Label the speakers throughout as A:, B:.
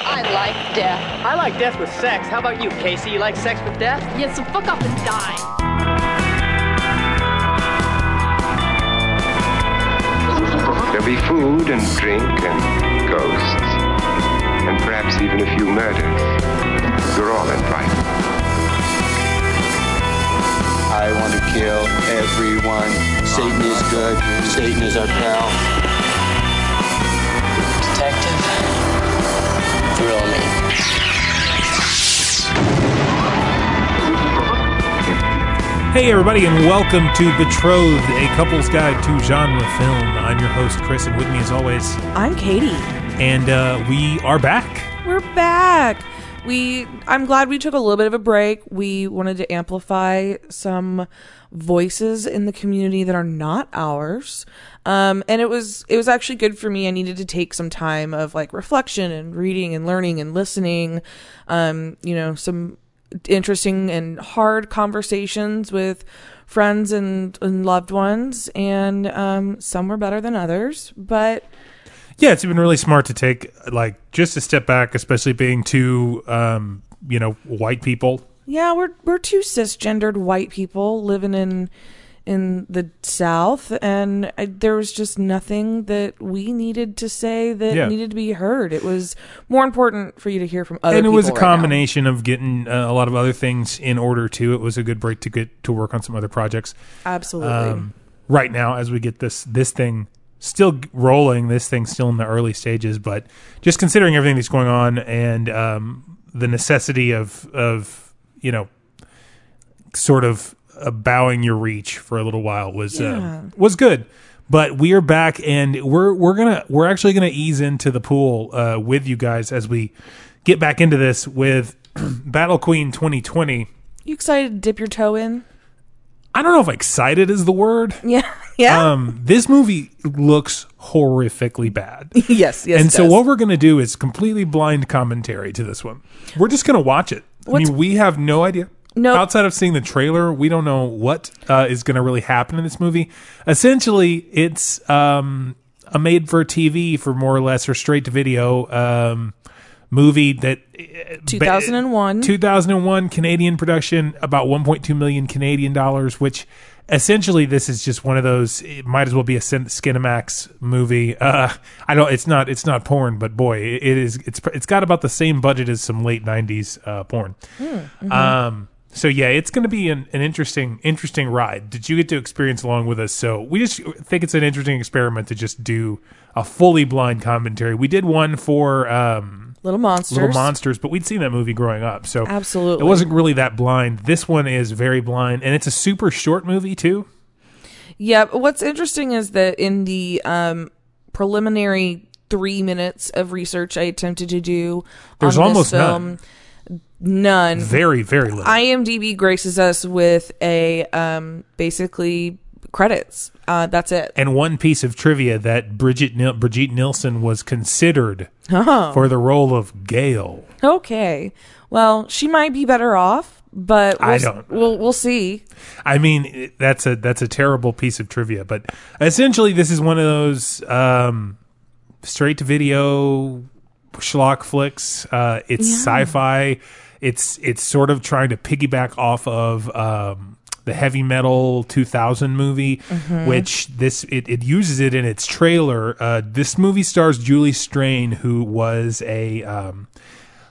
A: I like death.
B: I like death with sex. How about you, Casey? You like sex with death?
A: Yeah, so fuck up and die.
C: There'll be food and drink and ghosts, and perhaps even a few murders. You're all invited.
D: I want to kill everyone. Satan is good. Satan is our pal.
E: Detective, thrill me.
F: Hey, everybody, and welcome to Betrothed, a couple's guide to genre film. I'm your host, Chris, and with me, as always,
G: I'm Katie.
F: and uh, we are back.
G: We're back. We I'm glad we took a little bit of a break. We wanted to amplify some voices in the community that are not ours. Um and it was it was actually good for me. I needed to take some time of like reflection and reading and learning and listening. Um you know, some interesting and hard conversations with friends and, and loved ones and um some were better than others, but
F: Yeah, it's been really smart to take, like, just a step back, especially being two, um, you know, white people.
G: Yeah, we're we're two cisgendered white people living in in the South, and I, there was just nothing that we needed to say that
F: Yeah.
G: needed to be heard. It was more important for you to hear from other.
F: And it was a
G: people right now.
F: combination of getting uh, a lot of other things in order, too. It was a good break to get to work on some other projects.
G: Absolutely.
F: um, right now as we get this this thing still g- rolling this thing still in the early stages but just considering everything that's going on and um, the necessity of of you know sort of uh, bowing your reach for a little while was
G: Yeah.
F: um, was good but we are back and we're we're gonna we're actually gonna ease into the pool uh, with you guys as we get back into this with battle queen 2020
G: you excited to dip your toe in?
F: i don't know if excited is the word
G: Yeah. Yeah.
F: um, this movie looks horrifically bad.
G: yes. Yes.
F: and
G: it
F: so
G: does.
F: what we're going to do is completely blind commentary to this one. We're just going to watch it. I
G: What's-
F: mean, we have no idea.
G: Nope.
F: Outside of seeing the trailer, we don't know what uh, is going to really happen in this movie. Essentially, it's um, a made for TV for more or less or straight to video um, movie that uh,
G: 2001.
F: 2001 Canadian production, about 1.2 million Canadian dollars, which essentially this is just one of those. It might as well be a Cin- Skinamax movie. Uh, I don't. It's not. It's not porn, but boy, it it is. It's it's got about the same budget as some late 90s uh, porn. Um. So yeah, it's going to be an, an interesting interesting ride. Did you get to experience along with us? So we just think it's an interesting experiment to just do a fully blind commentary. We did one for um,
G: Little monsters.
F: Little Monsters, but we'd seen that movie growing up, so
G: Absolutely.
F: it wasn't really that blind. This one is very blind, and it's a super short movie too.
G: Yeah, but what's interesting is that in the um, preliminary three minutes of research I attempted to do,
F: There's
G: on
F: almost
G: this film, none.
F: Very, very little.
G: IMDb graces us with a um, basically credits. Uh, that's it.
F: and one piece of trivia that Bridget Nil- Brigitte Nielsen was considered
G: Uh-huh.
F: for the role of Gail.
G: Okay. Well, she might be better off, but we'll,
F: I
G: s-
F: don't-
G: We'll we'll see.
F: I mean, it- that's a that's a terrible piece of trivia, but essentially, this is one of those um, straight to video schlock flicks. Uh, it's sci-fi. It's it's sort of trying to piggyback off of um, the heavy metal 2000 movie, which this it, it uses it in its trailer. Uh, this movie stars Julie Strain, who was a um,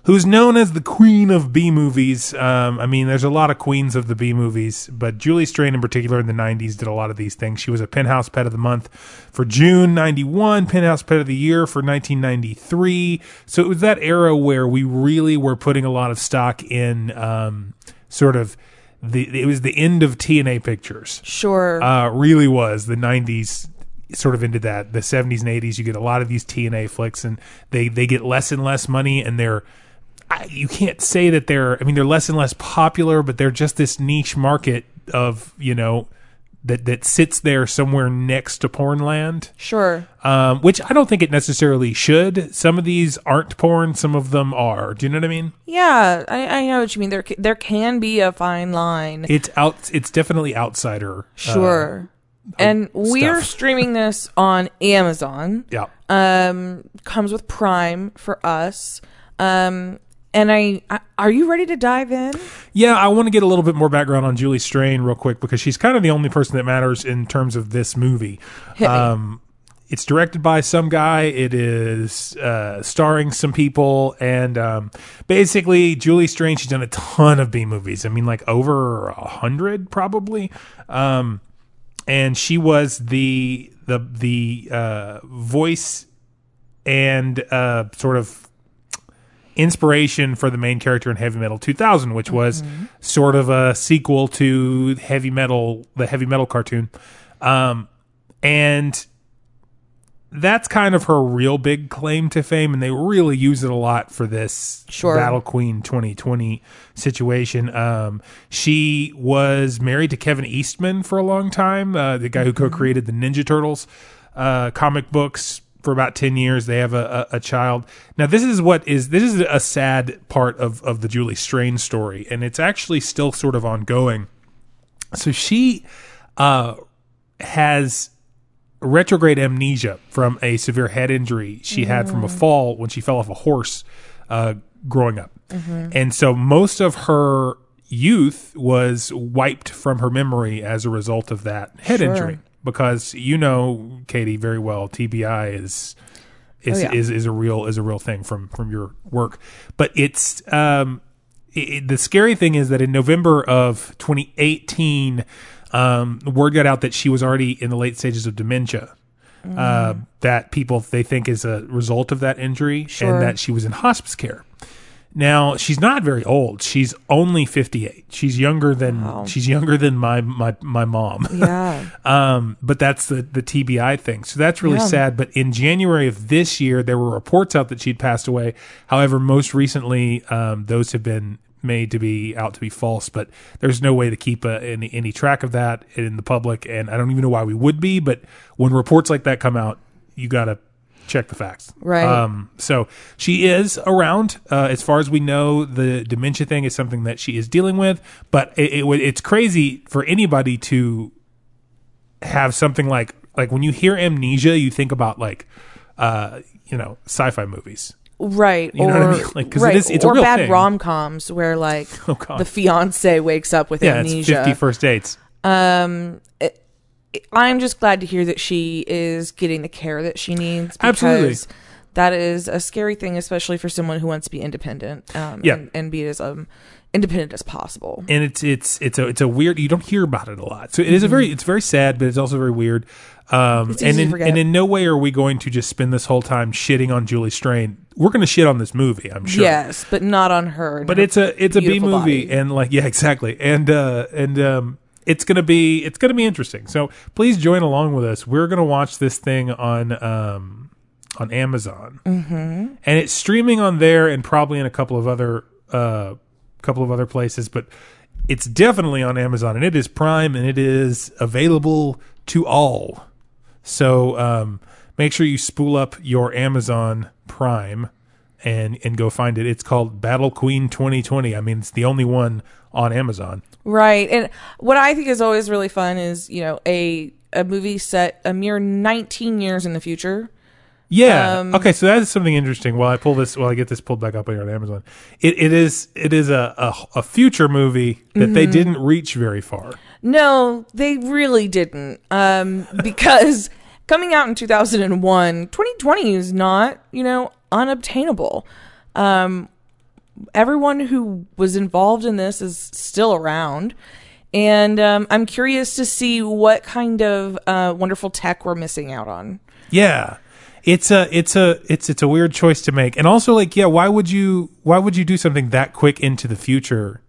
F: who's known as the queen of B movies. Um, I mean, there's a lot of queens of the B movies, but Julie Strain in particular in the 90s did a lot of these things. She was a Penthouse Pet of the Month for June 91, Penthouse Pet of the Year for 1993. So it was that era where we really were putting a lot of stock in um, sort of the, it was the end of TNA pictures
G: Sure.
F: uh, really was the 90s sort of into that the 70s and 80s you get a lot of these tna flicks and they they get less and less money and they're I, you can't say that they're i mean they're less and less popular but they're just this niche market of you know that that sits there somewhere next to porn land
G: sure.
F: um, which i don't think it necessarily should some of these aren't porn some of them are do you know what i mean
G: Yeah, I, I know what you mean. There ca- there can be a fine line.
F: it's out it's definitely outsider uh,
G: Sure. and we're
F: stuff.
G: streaming this on Amazon.
F: yeah
G: Um, comes with Prime for us. Um, and I, I, are you ready to dive in?
F: Yeah, I want to get a little bit more background on Julie Strain real quick because she's kind of the only person that matters in terms of this movie. Um, it's directed by some guy. It is uh, starring some people, and um, basically Julie Strain. She's done a ton of B movies. I mean, like over a hundred probably. Um, and she was the the the uh, voice and uh, sort of inspiration for the main character in Heavy Metal 2000, which was sort of a sequel to Heavy Metal, the Heavy Metal cartoon. Um, and that's kind of her real big claim to fame, and they really use it a lot for this
G: Sure.
F: Battle Queen 2020 situation. Um, she was married to Kevin Eastman for a long time, uh, the guy who co-created the Ninja Turtles uh, comic books for about 10 years. They have a, a, a child. Now, this is what is this is a sad part of of the Julie Strain story, and it's actually still sort of ongoing. So she uh, has retrograde amnesia from a severe head injury she had
G: Mm.
F: from a fall when she fell off a horse uh, growing up.
G: Mm-hmm.
F: And so most of her youth was wiped from her memory as a result of that head
G: Sure.
F: injury. Because you know, Katie, very well, TBI is is,
G: Oh, yeah.
F: is is a real is a real thing from from your work. But it's um it, it- the scary thing is that in November of 2018, um, word got out that she was already in the late stages of dementia.
G: Mm.
F: Uh, that people they think is a result of that injury,
G: Sure.
F: and that she was in hospice care. Now she's not very old. She's only 58. She's younger than she's younger than my my my mom.
G: Yeah.
F: Um, but that's the the TBI thing. So that's really
G: Yeah.
F: sad. But in January of this year, there were reports out that she'd passed away. However, most recently, um, those have been made to be out to be false. But there's no way to keep uh, any any track of that in the public, and I don't even know why we would be. But when reports like that come out, you gotta check the facts.
G: Right.
F: Um, so she is around. Uh, as far as we know, the dementia thing is something that she is dealing with. But it, it, would- it's crazy for anybody to have something like like when you hear amnesia, you think about like uh, you know sci-fi movies.
G: Right.
F: You
G: or,
F: know what I mean? Like, 'cause it
G: right,
F: is- it's a
G: or
F: real
G: bad
F: thing.
G: rom coms where like
F: Oh, God.
G: the fiance wakes up with
F: Yeah, it's
G: amnesia.
F: fifty first dates.
G: um it- it- I'm just glad to hear that she is getting the care that she needs. Because
F: Absolutely.
G: That is a scary thing, especially for someone who wants to be independent. Um,
F: Yeah.
G: and, and be as um independent as possible.
F: and it's it's it's a it's a weird you don't hear about it a lot so it is a very it's very sad but it's also very weird um
G: easy
F: and
G: to
F: in,
G: forget.
F: and in no way are we going to just spend this whole time shitting on Julie Strain we're going to shit on this movie I'm sure
G: Yes, but not on her.
F: but it's a it's a B
G: beautiful
F: movie
G: body.
F: and like yeah exactly and uh and um it's gonna be it's gonna be interesting so please join along with us we're gonna watch this thing on um on Amazon mm-hmm. and it's streaming on there and probably in a couple of other uh couple of other places but it's definitely on Amazon and it is Prime and it is available to all so um make sure you spool up your Amazon Prime and and go find it. It's called Battle Queen 2020. I mean, it's the only one on Amazon.
G: Right. And what I think is always really fun is, you know, a a movie set a mere 19 years in the future.
F: Yeah.
G: Um,
F: okay, so that is something interesting. While I pull this, while I get this pulled back up here on Amazon, it, it is it is a a, a future movie that they didn't reach very far.
G: No, they really didn't. Um because coming out in 2001, 2020 is not, you know, unobtainable. Um everyone who was involved in this is still around. And um, I'm curious to see what kind of uh, wonderful tech we're missing out on.
F: Yeah. It's a it's a it's it's a weird choice to make. And also like, yeah, why would you why would you do something that quick into the future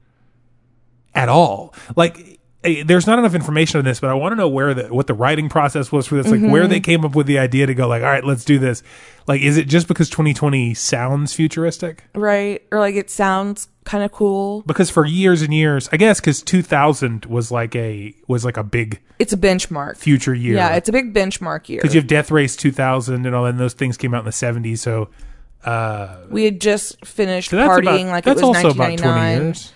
F: at all? Like eh, there's not enough information on this, but I want to know where the what the writing process was for this, like where they came up with the idea to go like, all right, let's do this. Like is it just because 2020 sounds futuristic?
G: right? Or like it sounds kind of cool.
F: Because for years and years, I guess cuz 2000 was like a was like a big
G: It's a benchmark.
F: future year.
G: Yeah, it's a big benchmark year.
F: because you have Death Race 2000 and all that, and those things came out in the 70s, so uh
G: we had just finished
F: So that's
G: partying
F: about,
G: like it
F: that's
G: was
F: also about 20
G: 1999,
F: years.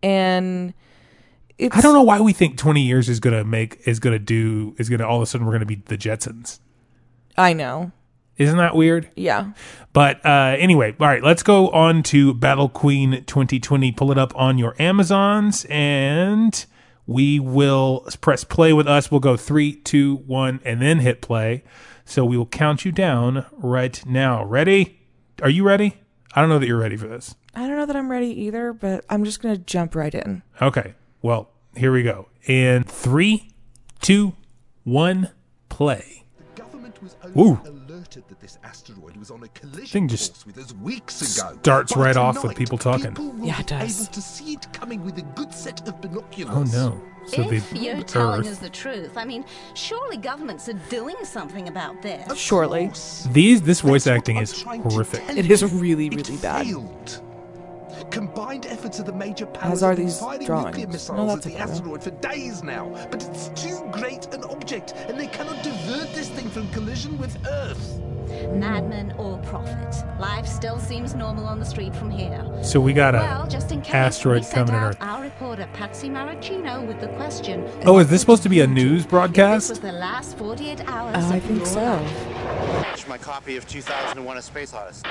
G: and it's
F: I don't know why we think 20 years is going to make, is going to do, is going to all of a sudden we're going to be the Jetsons.
G: I know.
F: Isn't that weird?
G: Yeah.
F: But uh, anyway, all right, let's go on to Battle Queen 2020. Pull it up on your Amazons and we will press play with us. We'll go three, two, one, and then hit play. So we will count you down right now. Ready? Are you ready? I don't know that you're ready for this.
G: I don't know that I'm ready either, but I'm just going to jump right in.
F: Okay. Well, here we go. In three, two, one, play.
H: government was only
F: Ooh.
H: alerted that this asteroid was on a collision
F: Thing just
H: course with us weeks ago.
F: starts
H: By
F: right off with
H: tonight,
F: people talking.
H: people will
G: Yeah, it
H: be
G: does.
H: Able to see it coming with a good set of binoculars.
F: Oh no. So
I: if
F: the
I: you're telling us
F: Earth.
I: the truth, I mean, surely governments are doing something about this.
H: Of
G: Surely.
H: course.
F: These this voice
H: That's what
F: acting
H: I'm
F: is
H: trying to
F: horrific.
H: tell
G: It
H: you.
G: is really,
H: It
G: really bad.
H: failed. Combined efforts of the major powers
G: are
H: have been
G: these
H: firing
G: drawings.
H: nuclear
G: No,
H: missiles at
G: that's a
H: the
G: photo.
H: asteroid for days now, but it's too great an object, and they cannot divert this thing from collision with Earth.
I: Madman or prophet, life still seems normal on the street from here.
F: So we got a
I: Well, just in case,
F: asteroid
I: we sent
F: coming at
I: out
F: Earth.
I: our reporter Patsy Maracino with the question.
F: Oh, is
I: what
F: this supposed to be a
I: would you do
F: news
I: if
F: broadcast?
I: This was the last 48 hours.
G: Oh, I
I: of
G: think
I: your
G: so.
I: life?
E: My copy of 2001: A Space Odyssey.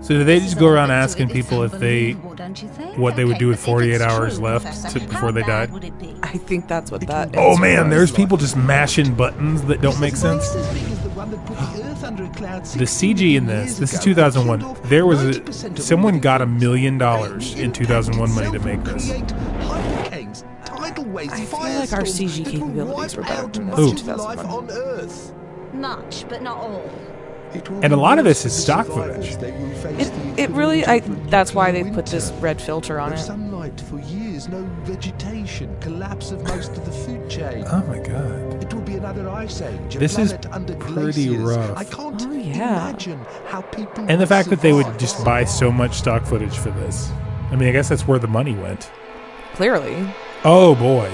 F: So do they
I: This
F: just
I: is
F: go
I: all
F: around
I: been to
F: asking
I: it. It's
F: people if they
I: unbelievable, don't you think?
F: what they would
I: Okay,
F: do with
I: but if
F: 48
I: it's
F: hours
I: true,
F: left
I: Professor,
F: to-
I: how
F: before they
I: bad
F: died?
I: Would it be?
G: I think that's what that is.
F: Oh man, there's people just mashing buttons that don't make sense. The
H: The
F: CG in this, this is 2001. There was a, someone got a million dollars in 2001 money to make this.
H: I
G: feel like our CG capabilities were better than this in 2001.
I: Much, but not all.
F: And a lot of this is stock footage.
G: It, it really, I. That's why they put this red filter on
H: No
G: it.
H: sunlight for years, no vegetation, collapse of most of the food chain.
F: Oh my god.
H: It will be another ice age. a
F: This is
H: planet under
F: pretty
H: glaciers.
F: rough.
H: I can't
G: Oh, yeah.
H: imagine how people.
F: And the
H: would
F: fact that they would
H: survive.
F: just buy so much stock footage for this. I mean, I guess that's where the money went.
G: Clearly.
F: Oh boy.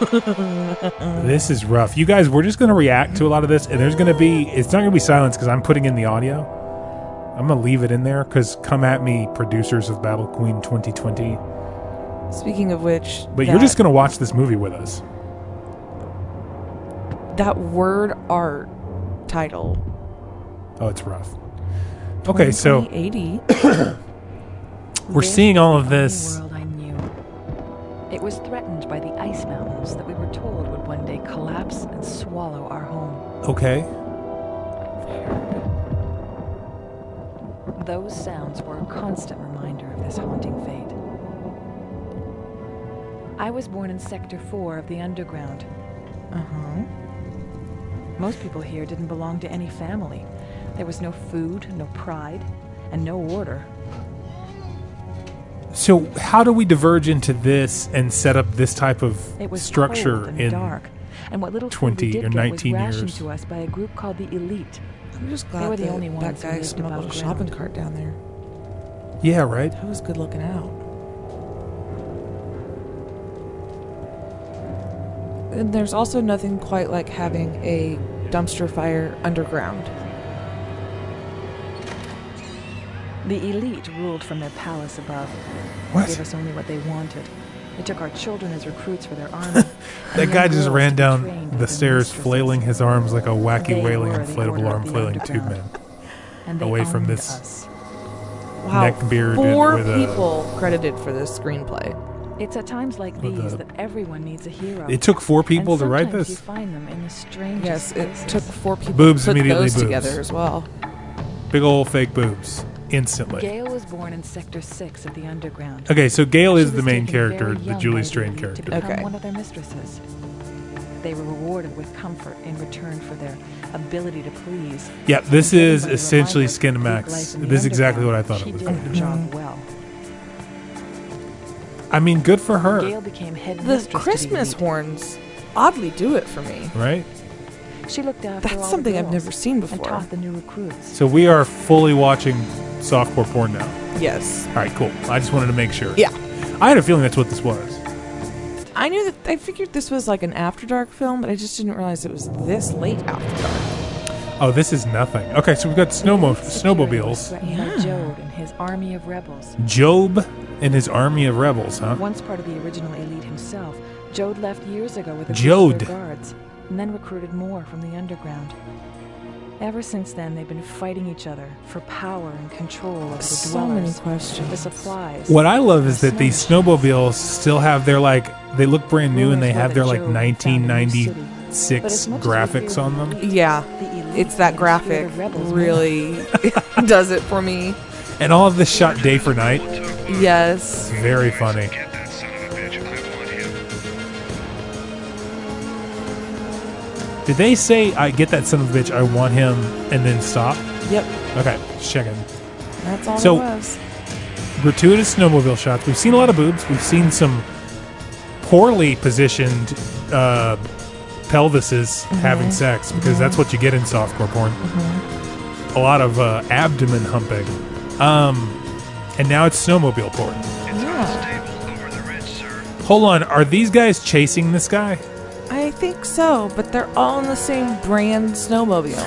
F: this is rough. You guys, we're just going to react to a lot of this, and there's going to be, it's not going to be silence because I'm putting in the audio. I'm going to leave it in there because come at me, producers of Battle Queen 2020.
G: Speaking of which,
F: But you're just going to watch this movie with us.
G: gonna that word art title.
F: Oh, it's rough. Okay, so
G: 2080.
F: we're seeing all of this.
A: world I knew. It was threatened by the ice mountains that we were told would one day collapse and swallow our home.
F: Okay.
A: Those sounds were a constant reminder of this haunting fate. I was born in Sector 4 of the Underground.
G: Uh huh.
A: Most people here didn't belong to any family. There was no food, no pride, and no order.
F: So, how do we diverge into this and set up this type of
A: It was
F: structure
A: cold and
F: in
A: dark, and what little food
F: 20
A: we
F: or
A: did get was
F: 19
A: rationed
F: years?
A: to us by a group called the Elite.
G: I'm just
A: They
G: glad
A: were the
G: that
A: only
G: that
A: ones who
G: guy
A: lived
G: smuggled a
A: above
G: shopping
A: ground.
G: cart down there.
F: Yeah, right?
G: That was good looking out. And there's also nothing quite like having a dumpster fire underground.
A: The elite ruled from their palace above.
F: What?
A: They gave us only what they wanted. They took our children as recruits for their army.
F: That guy just ran down the stairs, flailing his arms like a wacky,
A: They
F: wailing,
A: were the
F: inflatable
A: order of
F: arm
A: the
F: flailing tube man.
A: underground. and they
F: away from
A: owned
F: this.
A: Us.
G: Wow.
F: Neck bearded
G: Four
F: with a-
G: people credited for this screenplay.
A: It's at times like
F: With
A: these
F: the-
A: that everyone needs a hero.
F: It took four
A: And
F: people to write
A: sometimes You
F: this.
A: find them in the strangest
G: Yes, it
A: places.
G: took four people
F: Boobs
G: to put
F: immediately
G: those
F: boobs.
G: together as well.
F: Big ol' fake boobs. Instantly.
A: Gail was born in Sector 6 of the Underground.
F: Okay, so Gail
A: She
F: is the
A: was
F: main
A: taken
F: character,
A: very
F: the
A: young
F: Julie
A: by
F: Strain
A: Lee To
F: character.
A: become
G: Okay.
A: one of their mistresses. They were rewarded with comfort in return for their ability to please.
F: Yeah, this
A: And
F: is
A: given by the
F: essentially
A: reminder of
F: Skinamax.
A: Greek life in the
F: This is exactly what I
A: Underground,
F: thought it was
A: She
F: gonna
A: did her job well.
F: I mean, good for her,
A: Gail became head
G: The
A: mistress to
G: Christmas
A: elite.
G: horns oddly do it for me.
F: right?
A: She looked after
G: That's
A: all the
G: something I've
A: girls
G: never seen
A: And
G: before.
A: taught the new recruits.
F: So we are fully watching softcore porn now.
G: Yes.
F: All right, cool. I just wanted to make sure.
G: Yeah.
F: I had a feeling that's what this was.
G: I knew that I figured this was like an after dark film, but I just didn't realize it was this late after dark.
F: Oh, this is nothing. Okay, so we've got snowmo-
A: Security was
F: snowmobiles.
A: threatened by Jode and his army of rebels.
F: Job and his army of rebels, huh?
A: Once part of the original elite himself, Jode left years ago with a
F: Jode.
A: group of their guards. and then recruited more from the underground. Ever since then, they've been fighting each other for power and control over the
G: So many
A: dwellers, the
G: questions.
A: supplies.
F: What I love is that these
A: snow.
F: snowmobiles still have their like they look brand new and they
A: Rumors were
F: have
A: that
F: their like
A: Joe found a new city.
F: 1996
A: But as much as we
F: graphics
A: fear
F: on
A: the
F: them,
A: elite,
G: Yeah,
A: the elite
G: it's that
A: fear the
G: graphic
A: rebels more.
G: really does it for me.
F: and all of this shot day for night.
G: Yes.
F: Very funny. Did they say I get that son of a bitch? I want him, and then stop.
G: Yep.
F: Okay, just checking.
G: That's all
F: So-
G: it was.
F: gratuitous snowmobile shots. We've seen a lot of boobs. We've seen some poorly positioned uh, pelvises having sex because that's what you get in softcore porn. A lot of uh, abdomen humping. Um, and now it's snowmobile porn.
G: Yeah.
F: Hold on, are these guys chasing this guy?
G: I think so, but they're all in the same brand snowmobile.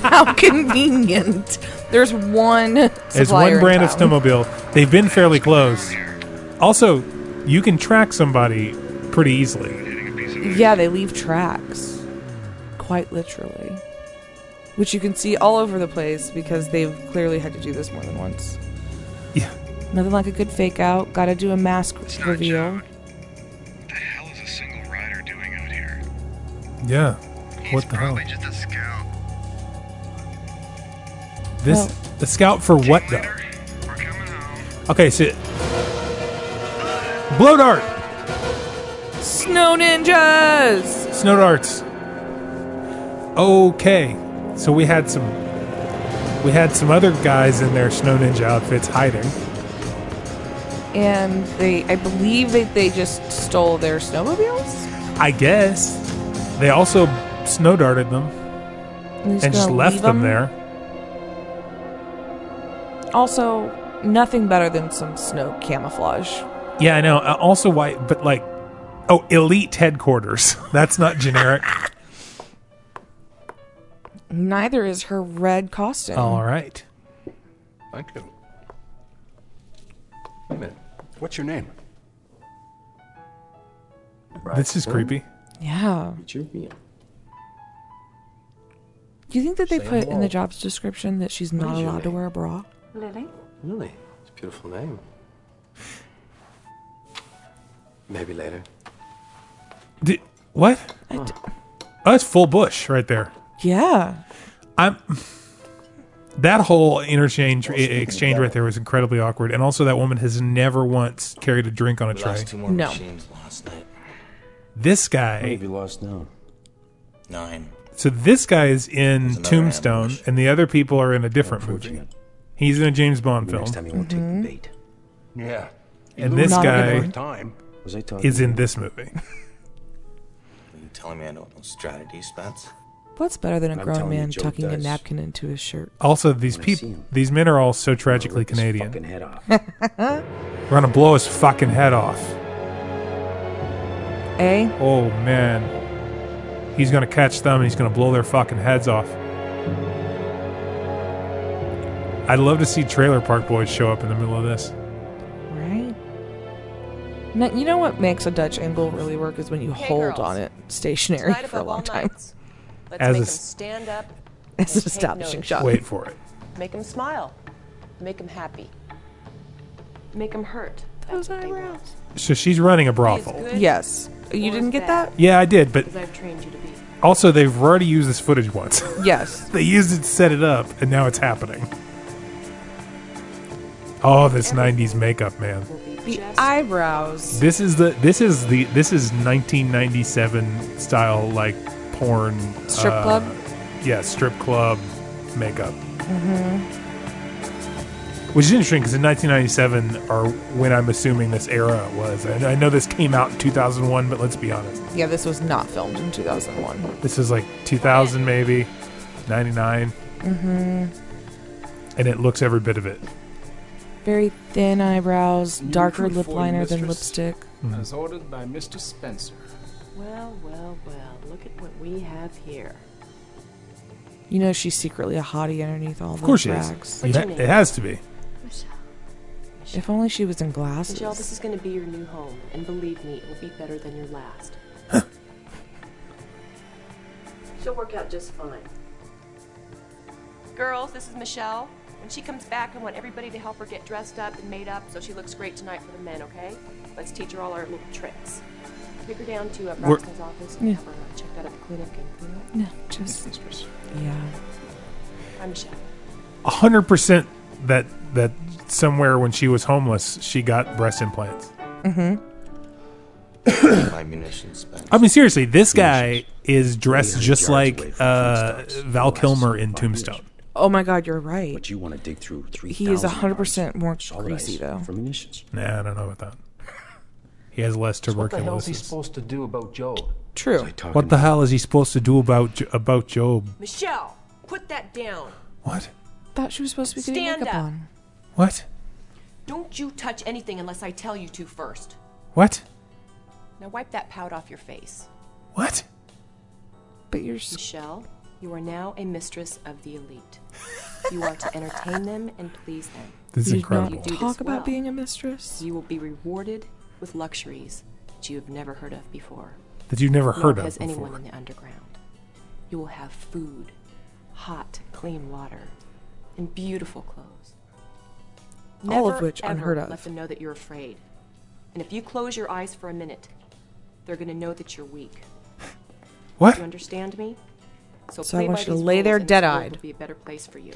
G: How convenient. There's one
F: As
G: supplier
F: one
G: in
F: brand of
G: town.
F: snowmobile, they've been fairly close. Also, you can track somebody pretty easily.
G: Yeah, they leave tracks. Quite literally. Which you can see all over the place because they've clearly had to do this more than once.
F: Yeah.
G: Nothing like a good fake out. Gotta do a mask reveal.
H: The hell is a single rider doing out here?
F: Yeah. What the hell?
H: just a scout.
F: This the scout for what though?
H: We're coming home.
F: Okay, so blow dart,
G: Snow ninjas!
F: snow darts. Okay, so we had some, we had some other guys in their snow ninja outfits hiding.
G: And they, I believe that they just stole their snowmobiles?
F: I guess they also snow darted them and just
G: gonna
F: left
G: leave
F: them there.
G: Also, nothing better than some snow camouflage.
F: Yeah, I know. Uh, also, why? But like, oh, elite headquarters. That's not generic.
G: Neither is her red costume.
F: All right.
H: Thank you. Wait a minute. What's your name?
F: This is creepy.
G: Yeah. Do you think that they put in the job's description that she's not allowed to wear a bra?
J: Lily?
H: Lily. It's a beautiful name. Maybe later.
F: Did, what?
G: I d-
F: Oh, that's full bush right there.
G: yeah.
F: I'm that whole interchange i- exchange right there was incredibly awkward, and also that woman has never once carried a drink on a tray.
K: two more
G: No.
K: machines last night.
F: This guy,
D: you lost now?
K: Nine.
F: so this guy is in
K: another
F: Tombstone,
K: ambush.
F: and the other people are in a different movie.
K: Unfortunate.
F: He's in a James Bond film,
K: Next time you won't take the bait.
H: Yeah.
F: and this
G: Not a good
F: guy
G: one.
H: Time.
D: Was I talking?
F: is in this movie.
K: Are you telling me I don't know strategies, Spence?
G: What's better than a
D: I'm
G: grown
D: telling you,
G: man
D: Joe
G: tucking a
D: does.
G: napkin into his shirt?
F: Also, these
D: When I see
F: people,
D: him,
F: these men are all so tragically
D: Rip his
F: Canadian.
D: fucking head off.
F: We're gonna blow his fucking head off.
G: Eh?
F: Oh man, he's gonna catch them and he's gonna blow their fucking heads off. I'd love to see Trailer Park Boys show up in the middle of this.
G: Right? No, you know what makes a Dutch angle really work is when you
J: Hey,
G: hold
J: girls.
G: on it stationary
J: Tonight
G: for a
J: above all
G: long time.
J: nights. Let's
F: As
J: make
F: a
J: 'em
F: s-
J: stand up.
G: As an
J: Take
G: establishing
J: notice.
G: shot.
F: Wait for it.
J: Make them smile. Make them happy. Make them hurt. That's what they want.
F: So she's running a
J: Be as
F: brothel.
J: good
G: Yes.
J: or
G: You didn't
J: as
G: get that?
J: bad
F: Yeah, I did, but
J: As I've trained you to be.
F: also they've already used this footage once.
G: Yes.
F: they used it to set it up, and now it's happening. Oh, this '90s makeup, man.
G: The eyebrows.
F: This is the this is the this is 1997 style like porn
G: Strip
F: uh,
G: club?
F: Yeah, strip club makeup. Mm-hmm.
G: Mm-hmm.
F: Which is interesting because in 1997, or when I'm assuming this era was, and I know this came out in 2001, but let's be honest,
G: Yeah, this was not filmed in 2001.
F: this is like 2000 maybe, 99. Mm-hmm. And it looks every bit of it.
G: Very thin eyebrows, darker lip
H: for you,
G: liner than
H: mistress.
G: lipstick.
H: As ordered by Mr. Spencer.
J: Well, well, well. Look at what we have here.
G: You know she's secretly a hottie underneath all
F: Of course,
G: the
F: she is.
G: rags.
F: It ha- it has to be.
G: If only she was in glasses.
J: Michelle, this is going to be your new home, and believe me, it will be better than your last.
L: She'll work out just fine.
J: Girls, this is Michelle. When she comes back, I want everybody to help her get dressed up and made up so she looks great tonight for the men, okay? Let's teach her all our little tricks. Take her down to uh,
G: We're-
J: Braxton's office and
G: Yeah.
J: have her uh, checked out at the clinic. And,
G: No, just yeah.
J: I'm Michelle.
F: hundred percent that that somewhere when she was homeless, she got breast implants.
G: Mm-hmm.
K: My munitions, but
F: I mean, seriously, this guy is dressed just like uh, Val Kilmer in Tombstone.
G: Oh my God, you're right.
M: But you want to dig through three.
G: He is hundred percent more greasy though.
M: For munitions.
F: Nah, I don't know about that. He has less
N: What the hell is he
F: tuberculosis.
N: supposed to do about Joe?
G: True.
F: What the hell is he supposed to do about Jo- about Job?
J: Michelle, put that down.
F: What?
G: Thought she was supposed to be getting
J: Stand
G: makeup
J: up.
G: on.
F: What?
J: Don't you touch anything unless I tell you to first.
F: What?
J: Now wipe that pout off your face.
F: What?
G: But you're
J: Michelle, you are now a mistress of the elite. You are to entertain them and please them.
F: This is
J: You
F: incredible.
J: do this
G: Talk about
J: well,
G: being a mistress.
J: You will be rewarded with luxuries that you have never heard of before.
F: That you've never
J: Nor
F: heard of
J: has anyone
F: before.
J: in the underground. You will have food, hot, clean water, and beautiful clothes.
G: All of
J: Never,
G: which unheard
J: ever
G: of.
J: Let them know that you're afraid. And if you close your eyes for a minute, they're going to know that you're weak.
F: What?
J: You understand me?
G: So I
J: play
G: want
J: by
G: you to
J: these
G: lay
J: rules
G: there
J: and this world
G: dead-eyed.
J: will Be a better place for you.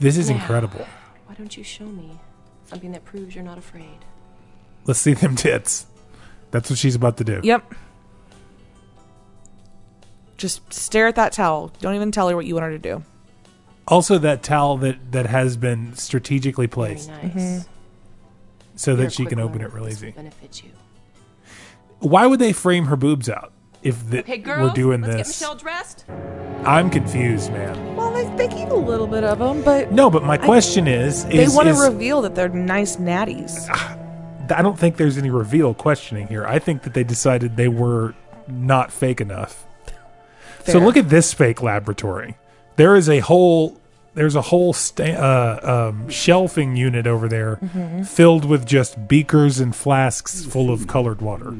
F: This is
J: Now,
F: incredible.
J: Why don't you show me something that proves you're not afraid?
F: Let's see them tits. That's what she's about to do.
G: Yep. Just stare at that towel. Don't even tell her what you want her to do.
F: Also, that towel that that has been strategically placed
J: Very
G: Hmm.
J: nice.
F: so
J: You're a
F: that she
J: quick
F: can open
J: learner.
F: it real
J: This will
F: easy.
J: Benefit you.
F: Why would they frame her boobs out if the,
J: Okay,
F: we're
J: girls,
F: doing
J: let's
F: this?
J: get Michelle dressed.
F: I'm confused, man.
G: Well, they, they keep a little bit of them, but
F: No, but my question is,
G: they
F: is,
G: want to
F: is- Ah.
G: reveal that they're nice natties.
F: I don't think there's any reveal questioning here. I think that they decided they were not fake enough. So
G: Fair.
F: look at this fake laboratory. There is a whole there's a whole sta- uh, um, shelving unit over there
J: Mm-hmm.
G: Mhm.
F: filled with just beakers and flasks full of colored water.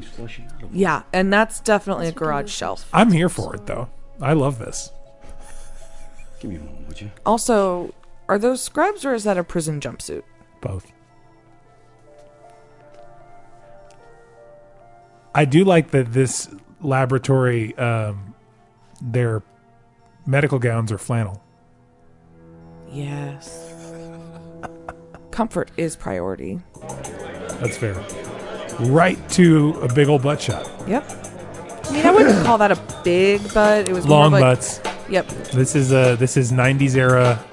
G: Yeah, and that's definitely a garage shelf.
F: I'm here for it though. I love this.
M: Give me a moment, would you?
G: Also, are those scribes or is that a prison jumpsuit?
F: Both. I do like that this laboratory, um, their medical gowns are flannel.
G: Yes. Comfort is priority.
F: That's fair. Right to a big old butt shot.
G: Yep. I mean, I wouldn't call that a big butt. It was more
F: Long
G: of like-
F: butts.
G: Yep.
F: This is a this is '90s era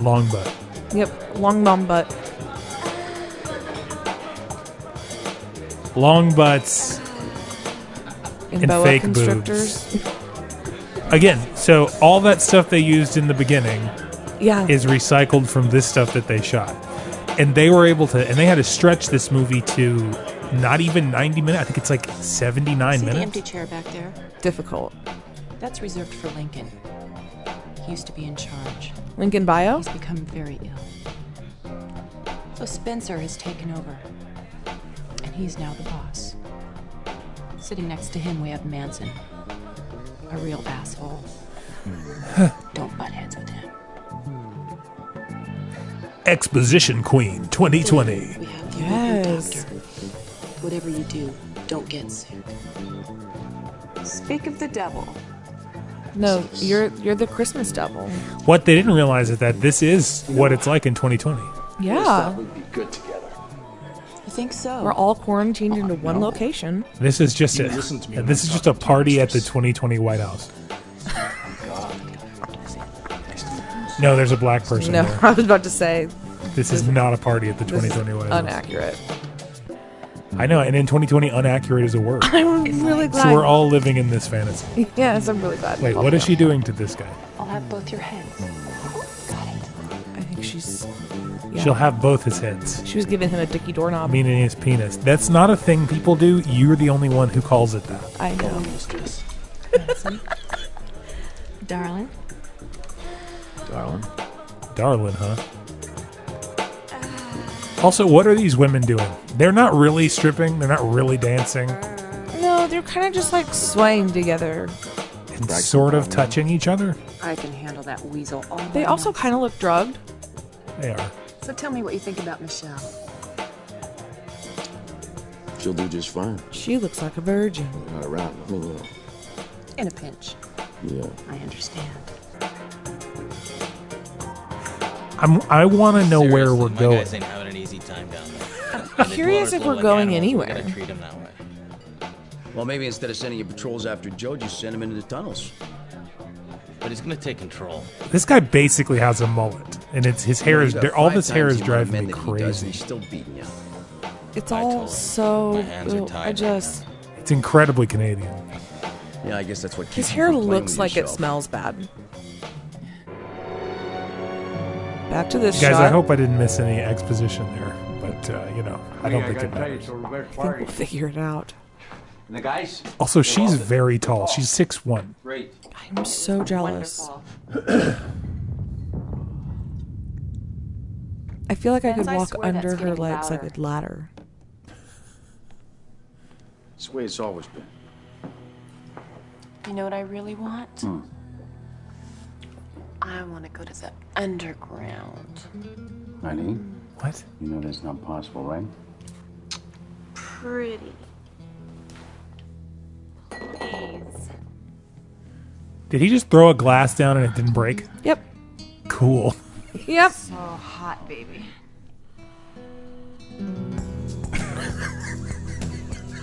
F: long butt.
G: Yep. Long bum butt.
F: Long butts
G: And
F: and
G: boa
F: fake boobs.
G: constrictors.
F: Again, so all that stuff they used in the beginning
G: Yeah.
F: is recycled from this stuff that they shot. And they were able to and they had to stretch this movie to not even 90 minutes. I think it's like 79
J: See the
F: minutes.
J: empty chair back there?
G: Difficult.
J: That's reserved for Lincoln. He used to be in charge.
G: Lincoln bio.
J: He's become very ill. So Spencer has taken over, and he's now the boss. Sitting next to him, we have Manson, a real asshole. Don't butt heads with him.
F: Exposition Queen 2020.
J: We have the yes. doctor. Whatever you do, don't get sick. Speak of the devil.
G: No, you're you're the Christmas devil.
F: What they didn't realize is that this is what it's like in 2020.
G: Yeah.
H: We'd be good together.
J: You think so?
G: We're all quarantined into one location.
F: This is just
H: You
F: a
H: listen to me when
F: this
H: I'm
F: is just a party at the 2020 White House. No, there's a black person
G: No,
F: there.
G: I was about to say
F: This is not a party at the 2020 White House.
G: inaccurate.
F: I know, and in 2020, inaccurate is a word.
G: I'm really glad.
F: So we're all living in this fantasy.
G: Yes, I'm really glad.
F: Wait, what is she doing to this guy?
J: I'll have both your heads.
G: I think she's. yeah.
F: She'll have both his heads,
G: She was giving him a dicky doorknob.
F: meaning his penis. That's not a thing people do. You're the only one who calls it that.
G: I know.
L: Darling.
F: Darling. Darling, huh? Also, what are these women doing? They're not really stripping. They're not really dancing.
G: No, they're kind of just like swaying together.
F: and sort of touching each other.
L: I can handle that weasel all
G: They
L: by
G: also kind of look drugged.
F: They are.
L: myself. So tell me what you think about Michelle.
M: She'll do just fine.
G: She looks like a virgin.
M: Not around. I mean, you know,
L: In a pinch.
M: yeah.
L: I understand.
F: I'm, I want to know where we're
K: My
F: going.
K: guys ain't having an easy time down there.
G: I'm curious if we're going
K: We
G: anywhere.
K: gotta treat 'em that way.
M: Well, maybe instead of sending your patrols after Joe, just send him into the tunnels.
K: But he's gonna take control.
F: This guy basically has a mullet, and it's his hair is all of his hair is driving me crazy.
M: He's still beating you.
G: It's all so. ugh, I just.
F: It's incredibly Canadian.
M: Yeah, I guess that's what.
G: His
M: keeps you
G: hair
M: from playing
G: looks
M: with
G: like it
M: yourself.
G: smells bad. Back to this
F: Guys,
G: shot.
F: I hope I didn't miss any exposition there, but uh, you know, I don't think it matters.
G: I think we'll figure it out.
M: And the guys.
F: Also, she's very tall. She's six one.
M: Great.
G: I'm so jealous. I feel like I could
L: Friends, I
G: walk
L: swear
G: under
L: that's
G: her
L: getting
G: legs like
L: louder.
G: a ladder.
M: It's the way it's always been.
L: You know what I really want?
M: Hmm.
L: I want to go to the underground.
M: Honey.
F: What?
M: You know that's not possible, right?
L: Pretty. Please.
F: Did he just throw a glass down and it didn't break?
G: Yep.
F: Cool.
G: Yep.
L: So hot, baby.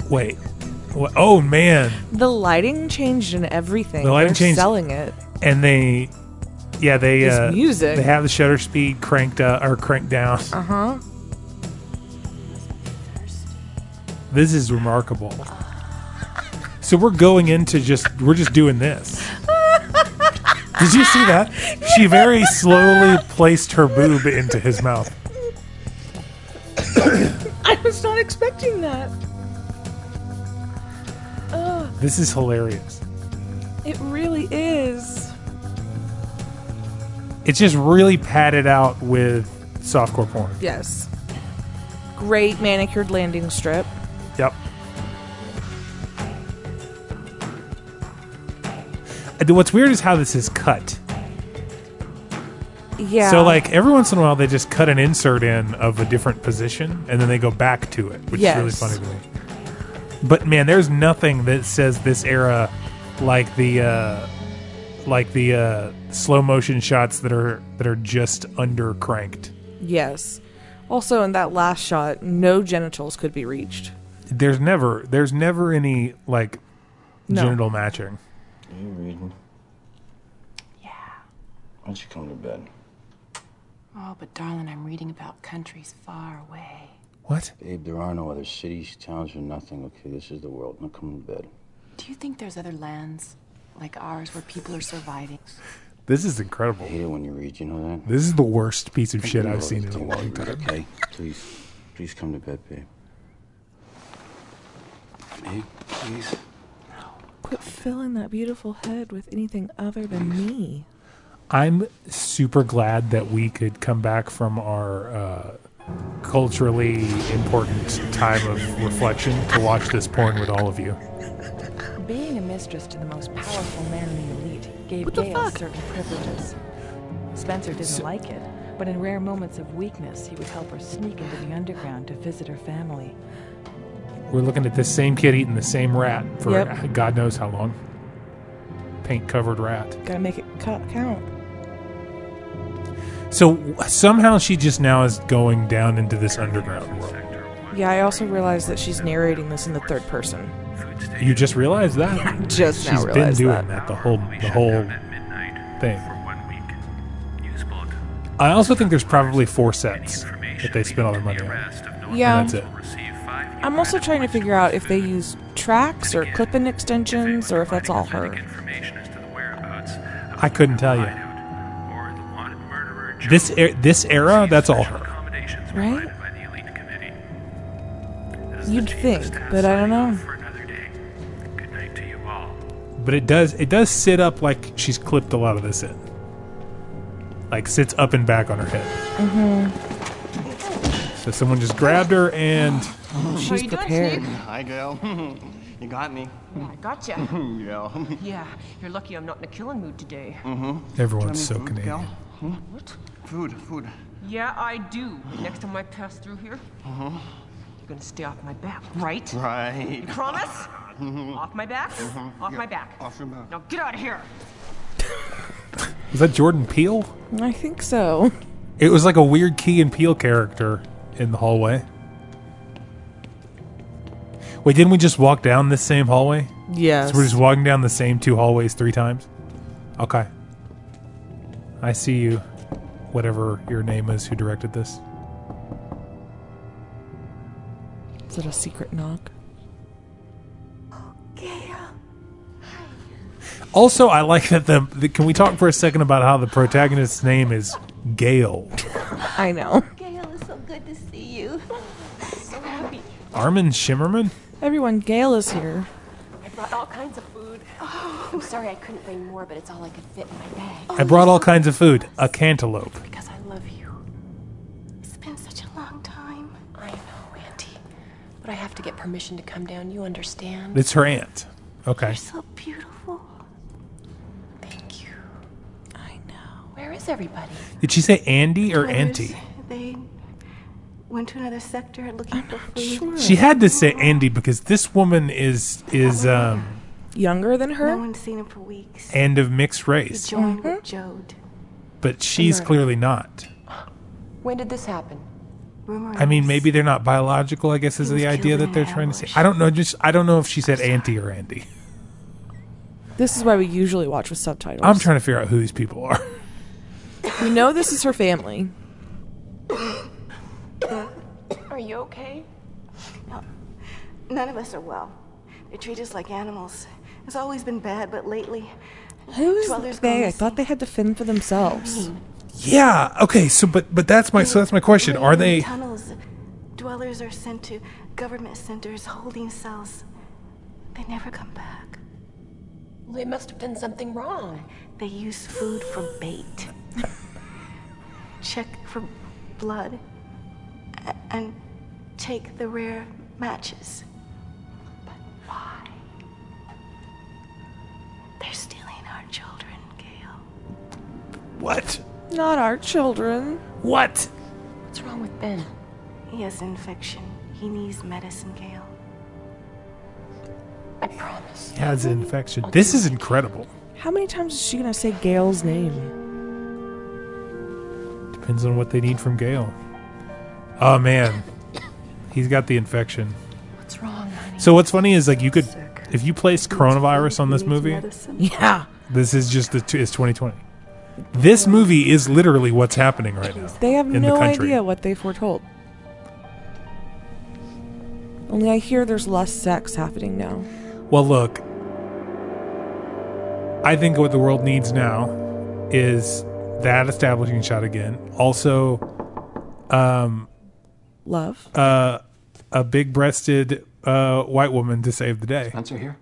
F: Wait. Wha- Oh man,
G: The lighting changed and everything.
F: the lighting
G: They're
F: changed.
G: Selling it.
F: and they, yeah, they
G: This
F: uh,
G: music.
F: They have the shutter speed cranked up or cranked down.
G: Uh
L: Uh-huh.
G: huh.
F: This is remarkable. So we're going into just we're just doing this. Did you see that? She very slowly placed her boob into his mouth.
G: I was not expecting that. Ugh,
F: This is hilarious.
G: it really is.
F: It's just really padded out with softcore porn.
G: Yes. Great manicured landing strip.
F: Yep. And What's weird is how this is cut.
G: Yeah.
F: So like every once in a while they just cut an insert in of a different position and then they go back to it, which
G: Yes.
F: is really funny to me. But man, there's nothing that says this era like the uh like the uh slow motion shots that are that are just under cranked.
G: Yes. Also, in that last shot, no genitals could be reached.
F: There's never there's never any like
G: No.
F: genital matching.
M: you reading? Yeah. Why don't you come to bed?
L: Oh, but darling, I'm reading about countries far away.
F: What?
M: Babe, there are no other cities, towns, or nothing. Okay, this is the world. Now come to bed.
L: Do you think there's other lands like ours where people are surviving?
F: This is incredible.
M: I hate it when you read. You know that.
F: This is the worst piece of shit
M: You know
F: I've
M: what
F: seen
M: to
F: in a
M: do,
F: long
M: baby,
F: time.
M: Okay, please, please come to bed, babe. Babe, please.
G: Quit filling that beautiful head with anything other than me.
F: I'm super glad that we could come back from our uh, culturally important time of reflection to watch this porn with all of you.
A: Being a mistress to the most powerful man in the elite gave
G: the
A: Gale certain privileges. Spencer didn't like it, but in rare moments of weakness, he would help her sneak into the underground to visit her family.
F: We're looking at this same kid eating the same rat for
G: Yep.
F: God knows how long. Paint covered rat.
G: Gotta make it co- count.
F: So somehow she just now is going down into this underground world.
G: Yeah, I also realized that she's narrating this in the third person.
F: You just realized that?
G: Just now
F: She's been
G: realized
F: doing
G: that.
F: that. the whole the whole thing. I also think there's probably four sets that they spent all their money on.
G: Yeah.
F: And that's it.
G: I'm also trying to figure out if they use tracks or clip-in extensions or if that's all her.
F: I couldn't tell you. This er- this era, that's all her.
G: Right? You'd think, but I don't know.
F: But it does it does sit up like she's clipped a lot of this in. Like sits up and back on her head.
G: Mm-hmm.
F: So someone just grabbed her and
G: Oh, She's prepared.
E: Hi, girl.
K: You got me.
N: Yeah, I gotcha.
K: Mm-hmm. yeah.
N: yeah, you're lucky I'm not in a killing mood today.
K: Mm-hmm.
F: Everyone's so Canadian.
K: What? Food, food.
N: Yeah, I do. Next time I pass through here,
K: Mm-hmm.
N: you're gonna stay off my back, right?
K: Right.
N: You promise? Off my back?
K: Mhm.
N: Off
K: Yeah,
N: my back.
K: off your back.
N: Now get out of here.
F: Was that Jordan Peele?
G: I think so.
F: It was like a weird Key and Peele character in the hallway. Wait, didn't we just walk down this same hallway?
G: Yes.
F: So we're just walking down the same two hallways three times? Okay. I see you, whatever your name is who directed this.
G: Is it a secret knock?
F: Also, I like that the, the. Can we talk for a second about how the protagonist's name is Gail?
G: I know.
I: Gail, it's so good to see you.
N: So happy.
F: Armin Shimmerman?
G: Everyone, Gail is here.
L: I brought all kinds of food.
N: Oh.
L: I'm sorry I couldn't bring more, but it's all I could fit in my bag.
F: I brought all kinds of food. A cantaloupe.
L: Because I love you. It's been such a long time. I know, Auntie. But I have to get permission to come down. You understand?
F: It's her aunt. Okay.
L: You're so beautiful. Thank you. I know. Where is everybody?
F: Did she say Andy or
L: Others,
F: Auntie?
L: They went to another sector looking for food.
F: She had to say Andy because this woman is is um
G: Younger than her?
L: No one's seen him for weeks.
F: and of mixed
L: He
F: race,
L: joined with Jode.
F: but she's clearly not.
L: When did this happen? Rumor
F: I mean, maybe they're not biological. I guess is the idea that they're trying to say. I don't know. Just I don't know if she said Auntie or Andy.
G: This is why we usually watch with subtitles.
F: I'm trying to figure out who these people are.
G: We know this is her family.
L: Are you okay? No. None of us are well. They treat us like animals. It's always been bad, but lately.
G: Who's
L: two others go
G: they? I
L: missing.
G: thought they had to fend for themselves.
F: Yeah. Okay. So, but but that's my so that's my question. Are they?
L: Tunnels. Dwellers are sent to government centers, holding cells. They never come back. They must have done something wrong. They use food for bait. Check for blood. a- And take the rare matches. But why? They're stealing our children, Gail.
F: What?
G: Not our children.
F: What?
L: What's wrong with Ben? He has an infection. He needs medicine, Gail. I promise.
F: Has an infection. This is incredible.
G: How many times is she gonna say Gail's name?
F: Depends on what they need from Gail. Oh man, he's got the infection.
L: What's wrong, honey?
F: So what's funny is like you could, if you place coronavirus on this movie,
G: Yeah.
F: this is just the it's 2020. This movie is literally what's happening right now.
G: They have
F: in
G: no
F: the country.
G: idea what they foretold. Only I hear there's less sex happening now.
F: Well, look, I think what the world needs now is that establishing shot again. Also, um,
G: love,
F: uh, a big-breasted uh, white woman to save the day.
K: Spencer here.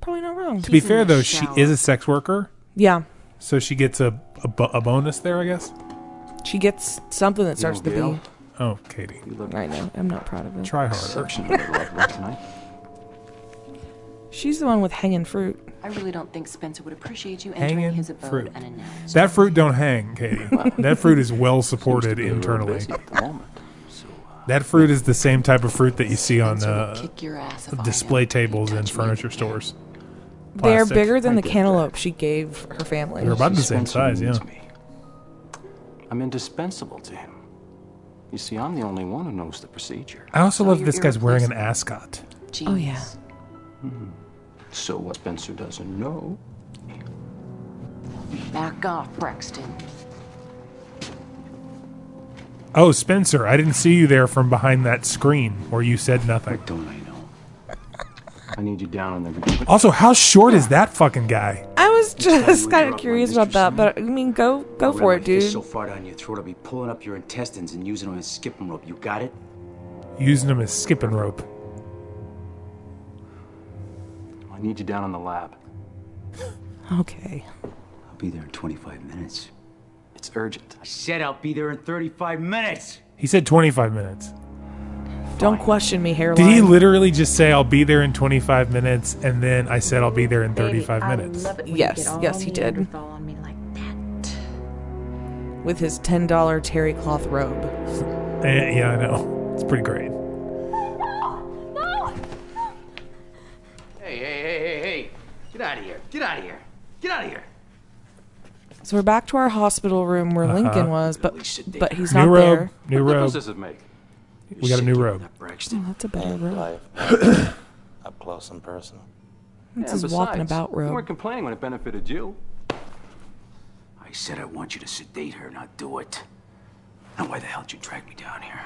G: Probably not wrong.
F: To be fair, though, she is a sex worker.
G: Yeah.
F: So she gets a a, bo- a bonus there, I guess.
G: She gets something that starts with a B.
F: Oh, Katie.
G: I know. I'm not proud of it.
F: Try
K: harder.
G: She's the one with hanging fruit.
J: I really don't think Spencer would appreciate you entering
F: Hanging
J: his abode
F: fruit.
J: and announcing.
F: That fruit don't hang, Katie. that fruit is well supported internally. That fruit is the same type of fruit that you see on uh,
J: Kick your ass if I
F: display tables in furniture stores.
G: They're
F: Plastic.
G: bigger than the cantaloupe she gave her family.
F: They're about the same size, yeah.
K: I'm indispensable to him. You see, I'm the only one who knows the procedure.
F: I also
J: Oh,
F: love this guy's wearing an ascot.
G: Oh yeah.
K: So what Spencer doesn't know.
J: Back off, Braxton.
F: Oh, Spencer, I didn't see you there from behind that screen where you said nothing.
K: don't I know? I need you down on the.
F: Also, how short is that fucking guy?
G: I was just kind of curious about that, but I mean, go go for it, dude.
K: So far down your throat, I'll be pulling up your intestines and using it as a skipping rope. You got it?
F: Using him as skipping rope.
K: I need you down in the lab.
G: Okay.
K: I'll be there in 25 minutes. It's urgent. I said I'll be there in 35 minutes.
F: He said 25 minutes.
G: Don't question me, hairline.
F: Did he literally just say, I'll be there in 25 minutes, and then I said, I'll be there in 35 minutes?
G: yes, yes, he did. With his ten dollar terry cloth robe.
F: Eh, yeah, I know. It's pretty great.
B: Hey, hey, hey, hey, hey. Get out of here. Get out of here. Get out of here.
G: So we're back to our hospital room where Lincoln was, but but he's
F: Uh-huh.
G: not
F: new robe.
G: there.
F: New
K: What
F: robe.
K: difference does it make?
F: We got a new robe.
G: Oh, that's a better robe.
K: Up close and personal.
G: It's his walking about
K: You
G: robe.
K: weren't complaining when it benefited you.
O: I said I want you to sedate her, not do it. Now why the hell did you drag me down here?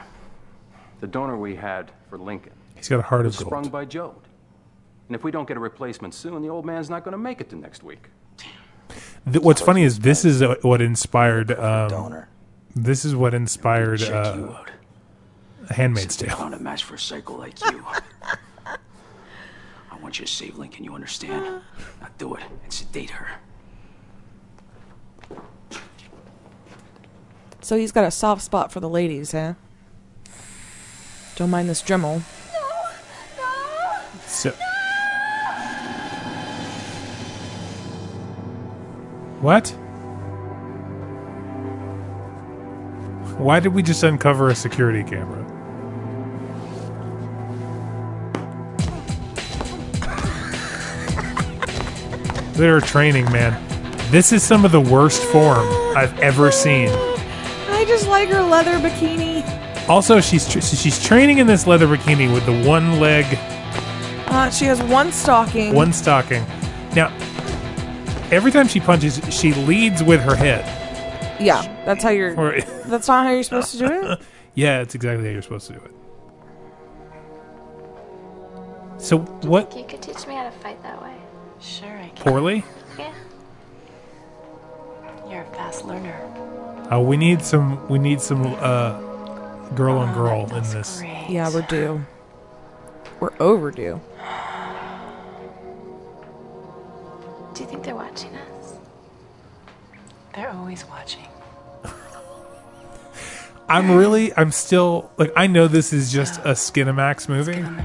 K: The donor we had for Lincoln
F: He's got a heart
K: was
F: of gold.
K: sprung by Jode. And if we don't get a replacement soon, the old man's not going to make it to next week.
F: Th- what's funny is this is uh, what inspired. Um, this is what inspired
O: Check you
F: uh,
O: out.
F: Handmaid's
O: Since I
F: Tale.
O: found a match for a psycho like you. I want you to save Lincoln, you understand? Now do it and sedate her.
G: So he's got a soft spot for the ladies, huh? Don't mind this Dremel.
F: So, what? Why did we just uncover a security camera? They're training, man. This is some of the worst form I've ever seen.
G: I just like her leather bikini.
F: Also, she's tr- so she's training in this leather bikini with the one leg,
G: Uh, she has one stocking.
F: one stocking. Now, every time she punches, she leads with her head.
G: Yeah, that's how you're.
F: Or-
G: that's not how you're supposed to do it.
F: Yeah, it's exactly how you're supposed to do it. So what?
L: You could teach me how to fight that way.
J: Sure, I can.
F: Poorly?
L: Yeah.
J: You're a fast learner.
F: Uh, we need some. We need some uh, girl on girl in this.
G: Yeah, we're due. We're overdue.
L: Do you think they're watching us?
J: They're always watching.
F: I'm really. I'm still like. I know this is just a Skinamax movie.
G: I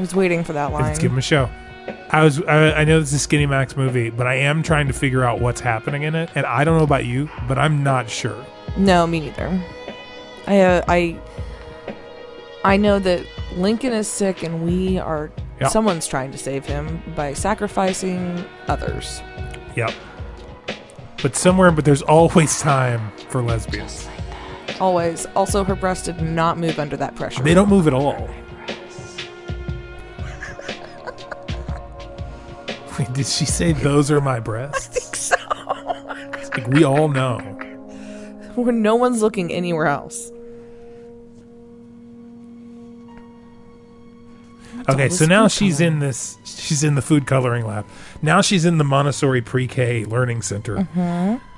G: was waiting for that line.
F: Let's give him a show. I was I, I know this is a Skinny Max movie, but I am trying to figure out what's happening in it, and I don't know about you, but I'm not sure.
G: No, me neither. I uh, I I know that Lincoln is sick, and we are.
F: Yeah.
G: Someone's trying to save him by sacrificing others.
F: Yep. But somewhere, but there's always time for lesbians.
G: Always. Also, her breast did not move under that pressure.
F: They don't move at all. Wait, did she say those are my breasts? I think
G: so.
F: It's like we all know.
G: Where no one's looking anywhere else.
F: Okay, so now she's in this. She's in the food coloring lab. Now she's in the Montessori pre-K learning center.
G: hmm Mm-hmm.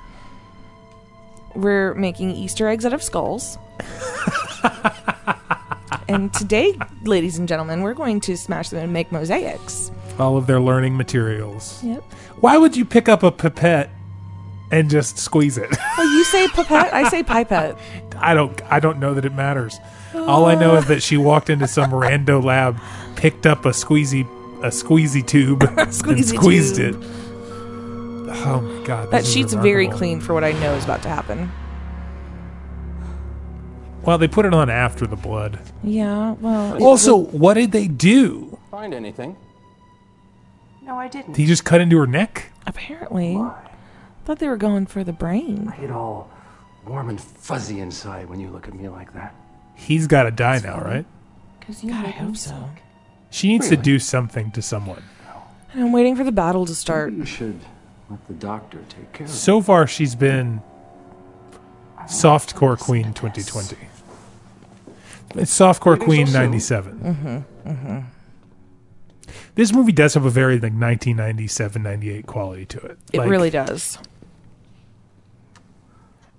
G: We're making Easter eggs out of skulls. and today, ladies and gentlemen, we're going to smash them and make mosaics.
F: all of their learning materials.
G: Yep.
F: Why would you pick up a pipette and just squeeze it?
G: Well, Oh, you say pipette, I say pipette.
F: I don't I don't know that it matters. All I know is that she walked into some rando lab, picked up a squeezy a squeezy tube and
G: Squeezy
F: squeezed
G: tube.
F: it. Oh my god.
G: That
F: this is
G: sheet's very
F: remarkable.
G: clean for what I know is about to happen.
F: Well, they put it on after the blood.
G: Yeah, well.
F: Also, what did they do?
K: Find anything?
N: No, I didn't.
F: Did he just cut into her neck?
G: apparently. Thought they were going for the brain.
K: I get all warm and fuzzy inside when you look at me like that.
F: He's got to die now, right?
J: Because you
G: God, I hope so.
F: She needs to
K: Really?
F: do something to someone.
G: And I'm waiting for the battle to start.
K: You should let the doctor take care of it.
F: So far, she's been softcore queen 2020. It's softcore queen 97.
G: Mm-hmm. Mm-hmm.
F: This movie does have a very like 1997 98 quality to it.
G: It
F: Like,
G: really does.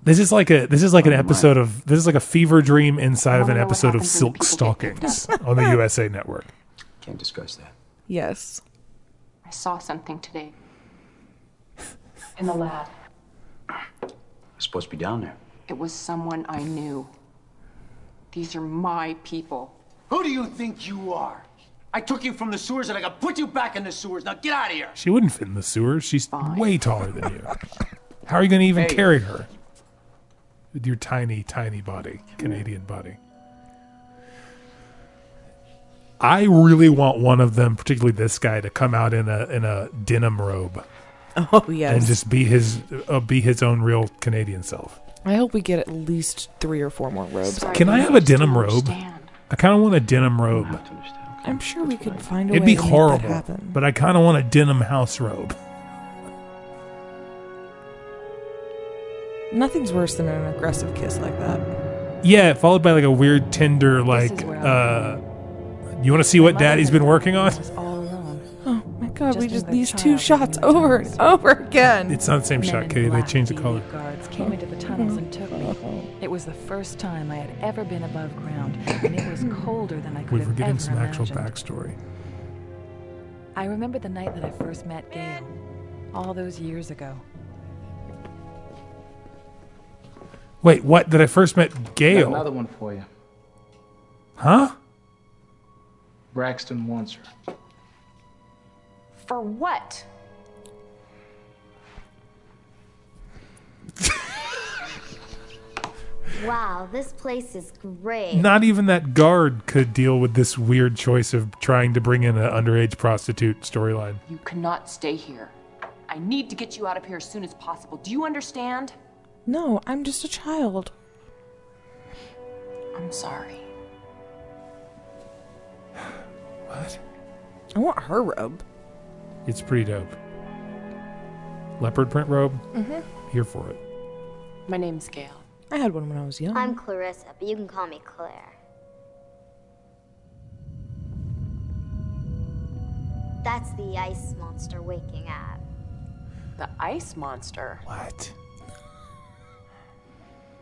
F: This is like a this is like an episode of this is like a fever dream inside of an episode of Silk Stockings on the USA Network.
K: Can't discuss that.
G: Yes.
J: I saw something today. In the lab.
M: You're supposed to be down there.
J: It was someone I knew.
N: These are my people.
O: Who do you think you are? I took you from the sewers and I got put you back in the sewers. Now get out of here.
F: She wouldn't fit in the sewers. She's way taller than you. How are you going to even
O: Hey.
F: carry her? With your tiny, tiny body, Canadian body. I really want one of them, particularly this guy, to come out in a in a denim robe.
G: Oh yes.
F: and just be his uh, be his own real Canadian self.
G: I hope we get at least three or four more robes.
F: Can I have a denim robe? I kind of want a denim robe.
G: I'm sure we could find a
F: It'd
G: way
F: be
G: to make that
F: horrible,
G: happen.
F: but I kind of want a denim house robe.
G: Nothing's worse than an aggressive kiss like that.
F: Yeah, followed by like a weird tender like uh you want to see what daddy's been working on?
G: Oh my god, we just these two shots over and over again.
F: It's not the same shot, Katie. They changed the color.
A: Guards came into the tunnels and took me. It was the first time I had ever been above ground, and it was colder than I could
F: We
A: have
F: were
A: ever
F: getting some actual
A: imagined.
F: backstory.
A: I remember the night that I first met Gail, all those years ago.
F: Wait, what? That I first met
P: Got
F: Gail?
P: another one for you.
F: Huh?
P: Braxton wants her.
N: For what?
Q: Wow, this place is great.
F: Not even that guard could deal with this weird choice of trying to bring in an underage prostitute storyline.
R: You cannot stay here. I need to get you out of here as soon as possible. Do you understand?
G: No, I'm just a child.
R: I'm sorry.
F: What?
G: I want her robe.
F: It's pretty dope. Leopard print robe?
Q: Mhm.
F: Here for it.
Q: My name's Gail.
G: I had one when I was young.
Q: I'm Clarissa, but you can call me Claire. That's the ice monster waking up.
R: The ice monster.
F: What?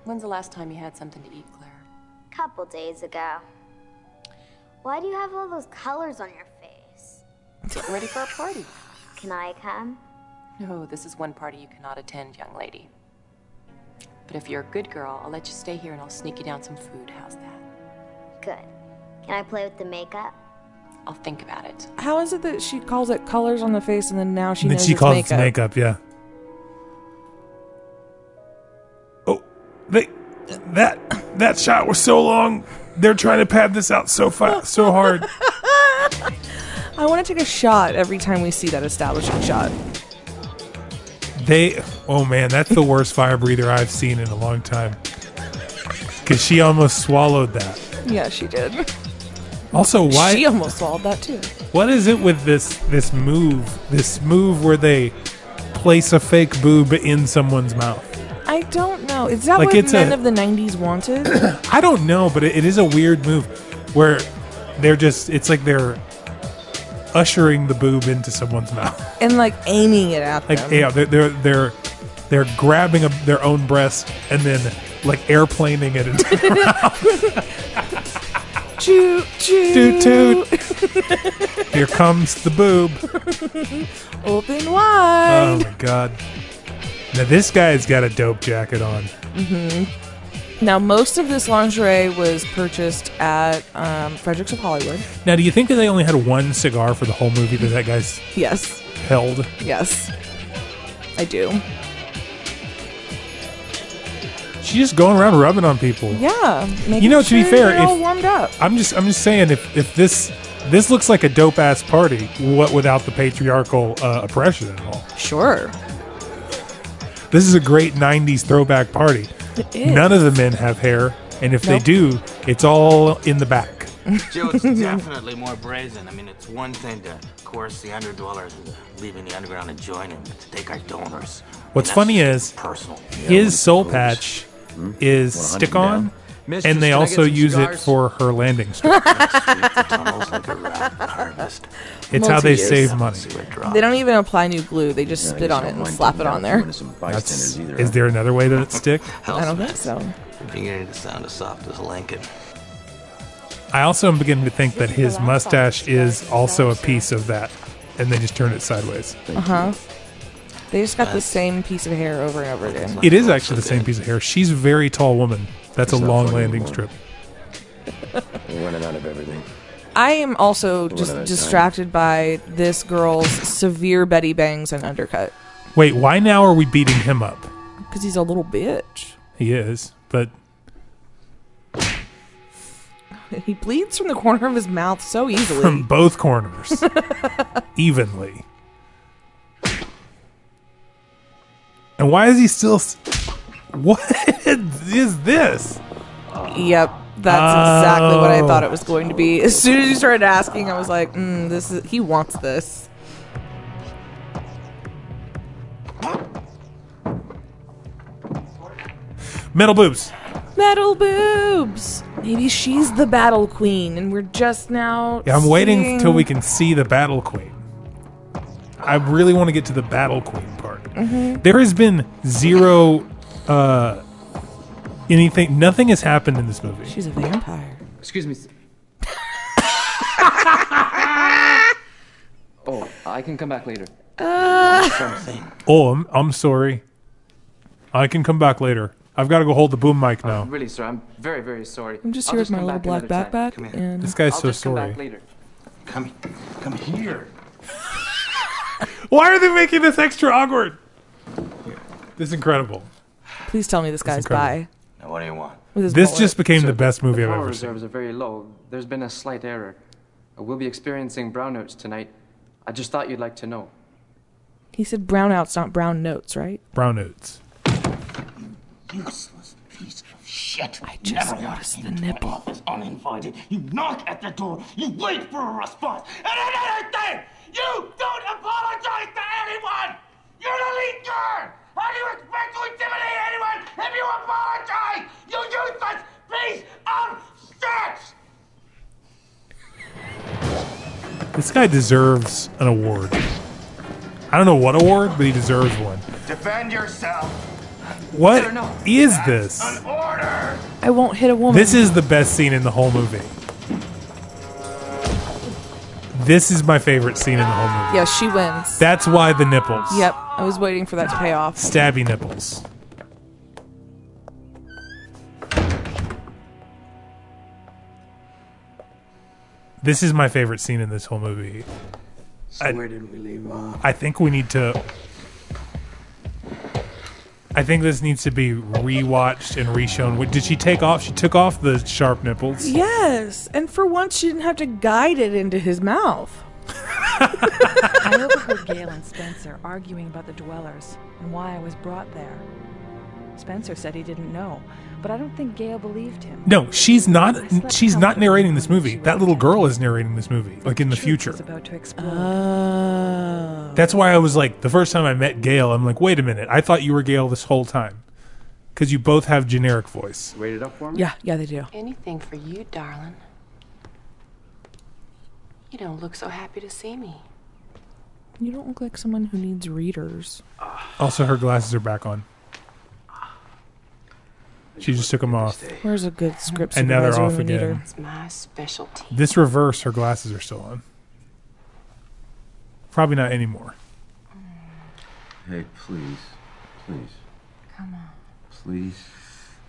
R: When's the last time you had something to eat, Claire?
Q: Couple days ago. Why do you have all those colors on your face?
R: Getting ready for a party.
Q: Can I come?
R: No, this is one party you cannot attend, young lady. But if you're a good girl, I'll let you stay here and I'll sneak you down some food. How's that?
Q: Good. Can I play with the makeup?
R: I'll think about it.
G: How is it that she calls it colors on the face and then now she
F: And then
G: knows
F: she
G: it's
F: calls
G: makeup?
F: it makeup, yeah. Oh, they that that shot was so long. They're trying to pad this out so fast, so hard.
G: I want to take a shot every time we see that establishing shot.
F: They, oh man, that's the worst fire breather I've seen in a long time. Cause she almost swallowed that.
G: Yeah, she did.
F: Also, why?
G: She almost swallowed that too.
F: What is it with this this move? This move where they place a fake boob in someone's mouth.
G: I don't know. Is that
F: Like,
G: what
F: it's
G: men
F: a-
G: of the '90s wanted?
F: I don't know, but it, it is a weird move where they're just it's like they're ushering the boob into someone's mouth.
G: and like aiming it at
F: Like
G: them.
F: yeah, they're they're they're, they're grabbing a, their own breast and then like airplaning it into their mouth.
G: Choo choo.
F: Toot toot. Here comes the boob.
G: Open
F: Oh
G: wide.
F: my god. Now this guy's got a dope jacket on.
G: hmm Now, most of this lingerie was purchased at um, Fredericks of Hollywood.
F: Now, do you think that they only had one cigar for the whole movie that that guy's
G: Yes.
F: held?
G: Yes. I do.
F: She's just going around rubbing on people.
G: Yeah.
F: you
G: making
F: know, to be
G: sure
F: fair,
G: they're all
F: if-
G: warmed up.
F: I'm just I'm just saying if if this this looks like a dope ass party, what without the patriarchal uh, oppression at all?
G: Sure.
F: This is a great '90s throwback party.
G: It is.
F: None of the men have hair, and if they
S: Nope.
F: do, it's all in the back.
S: Joe, it's definitely more brazen. I mean, it's one thing to coerce the underdwellers into leaving the underground and joining, but to take our donors.
F: What's
S: That's
F: funny is
S: personal. Hmm?
F: his soul patch is
S: Wanna hunt
F: stick
S: him down?
F: on,
S: Mistress,
F: and they
S: can I get
F: also
S: some
F: use it
S: cigars?
F: for her landing strip. it's how they
G: Multi-use.
F: save money.
G: They don't even apply new glue. They just
F: Yeah, I
G: spit
F: guess
G: on
F: I
G: it and
F: wouldn't
G: slap
F: do
G: it on
F: that
G: there.
F: when it's
S: bystanders either,
F: Is
S: huh?
F: there another way that it stick?
G: I don't think so.
S: Beginning to sound as soft as Lincoln.
F: I also am beginning to think that his mustache is also a piece of that, and they just turn it sideways. Uh-huh.
G: Uh huh. They just got the same piece of hair over and over again.
F: It is actually the same piece of hair. She's a very tall woman. That's a
S: It's not
F: long
S: funny
F: landing
S: anymore.
F: strip.
M: out of everything.
G: I am also
M: One
G: just
M: at a time.
G: distracted by this girl's severe Betty bangs and undercut
F: Wait, why now are we beating him up?
G: because he's a little bitch.
F: He is, but
G: He bleeds from the corner of his mouth so easily.
F: from both corners, evenly. And why is he still? s- What is this?
G: Yep, that's exactly what I thought it was
F: Oh.
G: going to be. As soon as you started asking, I was like, mm, "This is he wants this."
F: Metal boobs.
G: Metal boobs. Maybe she's the battle queen, and we're just now.
F: Yeah, I'm waiting
G: seeing-
F: till we can see the battle queen. I really want to get to the battle queen part.
G: Mhm.
F: There has been zero, uh, anything. Nothing has happened in this movie.
G: She's a vampire.
P: Excuse me. oh, I can come back later. Something.
F: Oh, I'm, I'm sorry. I can come back later. I've got to go hold the boom mic now.
P: Really, sir, I'm very, very sorry.
G: I'm just
P: I'll
G: here with my
P: come
G: little
P: back another
G: black backpack
P: time.
G: Come here. and-
F: This guy's
P: I'll
F: so
P: just come back
F: sorry.
P: later.
S: Come, come here.
F: Why are they making this extra awkward? This is incredible.
G: Please tell me this guy's
F: incredible.
G: bi.
S: Now, what do you want?
G: With his
F: This
G: bullet.
F: just became the best movie I've
P: Power
F: ever seen.
P: reserves are very low. There's been a slight error. Uh, We'll be experiencing brownouts tonight. I just thought you'd like to know.
G: He said brownouts, not brown notes, right?
F: Brown notes.
S: Useless piece of shit. I
G: just
S: Never
G: noticed
S: walk into
G: the
S: an
G: nipple.
S: office uninvited. You knock at the door. You wait for a response. And in anything, you don't apologize to anyone. You're an elite girl. How do you expect to intimidate anyone if you apologize? You useless piece of shit.
F: This guy deserves an award. I don't know what award, but he deserves one.
S: Defend yourself.
F: What is this?
G: I won't hit a woman.
F: This is the best scene in the whole movie. This is my favorite scene in the whole movie.
G: Yeah, she wins.
F: That's why the nipples.
G: Yep, I was waiting for that to pay off.
F: Stabby nipples. This is my favorite scene in this whole movie.
T: So where did we leave off?
F: I think we need to. I think this needs to be rewatched and reshown. Wait, Did she take off? She took off the sharp nipples.
G: Yes, and for once she didn't have to guide it into his mouth.
A: I overheard Gail and Spencer arguing about the dwellers and why I was brought there. Spencer said he didn't know, but I don't think Gail believed him.
F: No, she's not. She's not narrating this movie. That little girl is narrating this movie, like in the future.
A: It's about to explode.
F: That's why I was like, the first time I met Gail, I'm like, wait a minute, I thought you were Gail this whole time, because you both have generic voice.
P: Waited up for me?
G: Yeah, yeah, they do.
R: Anything for you, darling. You don't look so happy to see me.
G: You don't look like someone who needs readers.
F: Also, her glasses are back on. She just took them off.
G: Where's a good script
F: And now they're
G: supervisor
F: off
G: when we need
F: again.
G: her?
R: It's my specialty.
F: This reverse, her glasses are still on. Probably not anymore.
T: Hey, please. Please.
R: Come on.
T: Please.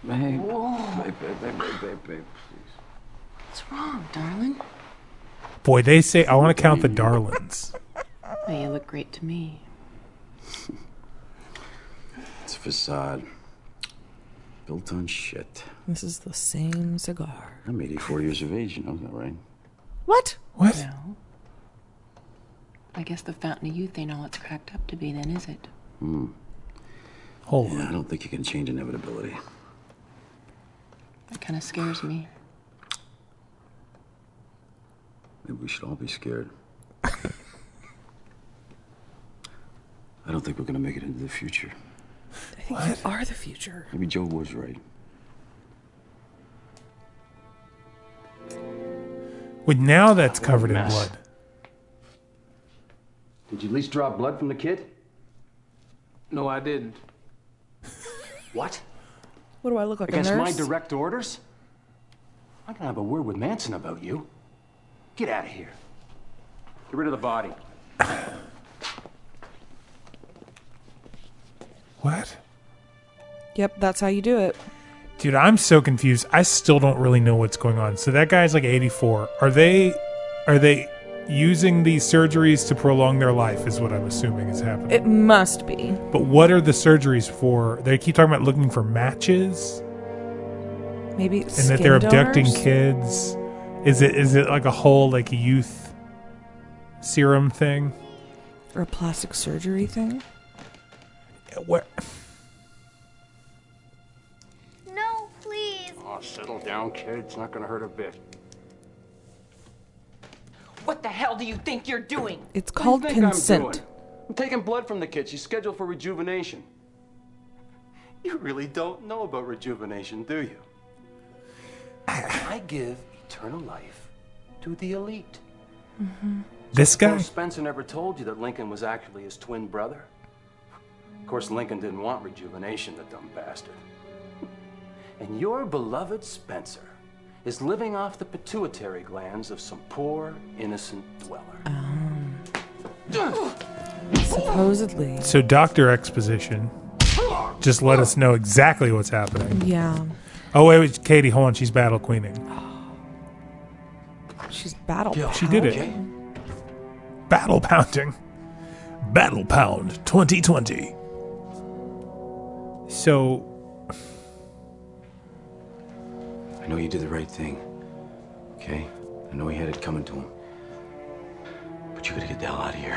T: Babe.
R: Whoa.
T: Babe, babe, babe, babe, babe, babe, please.
R: What's wrong, darling?
F: Boy, they say I want to count the darlings.
R: Well, you look great to me.
M: It's a facade. Built on shit.
G: This is the same cigar.
M: I'm 84 years of age, you know that, right?
G: What?
F: What?
R: No. I guess the fountain of youth ain't all it's cracked up to be, then, is it?
M: Hmm.
F: Hold
M: yeah, I don't think you can change inevitability.
R: That kind of scares me.
M: Maybe we should all be scared. I don't think we're gonna make it into the future.
G: I think you are the future.
M: Maybe Joe was right.
F: Wait, now that's covered in blood.
K: Did you at least draw blood from the kid?
P: No, I didn't.
K: What?
G: What do I look like?
K: Against
G: a
K: my
G: nurse?
K: direct orders? I'm gonna have a word with Manson about you. Get out of here. Get rid of the body.
F: What?
G: Yep, that's how you do it.
F: Dude, I'm so confused. I still don't really know what's going on. So that guy's like 84. Are they are they using these surgeries to prolong their life is what I'm assuming is happening.
G: It must be.
F: But what are the surgeries for? They keep talking about looking for matches
G: Maybe
F: and that they're abducting kids. Is it is it like a whole like youth serum thing?
G: Or a plastic surgery thing?
F: What?
Q: No, please.
K: Oh, settle down, kid. It's not gonna hurt a bit.
N: What the hell do you think you're doing?
G: It's called
K: think I'm,
G: consent.
K: doing? I'm taking blood from the kid. She's scheduled for rejuvenation. You really don't know about rejuvenation, do you? I give eternal life to the elite.
F: This
K: Suppose
F: guy?
K: Spencer never told you that Lincoln was actually his twin brother. Of course, Lincoln didn't want rejuvenation, the dumb bastard. And your beloved Spencer is living off the pituitary glands of some poor, innocent dweller.
G: Supposedly.
F: So Doctor Exposition just let us know exactly what's happening.
G: Yeah.
F: Oh wait, wait Katie, hold on. She's battle queening.
G: She's battle.
F: She did it. Battle pounding. Battle pound 2020. So
O: I know you did the right thing. Okay? I know he had it coming to him. But you gotta get the hell out of here.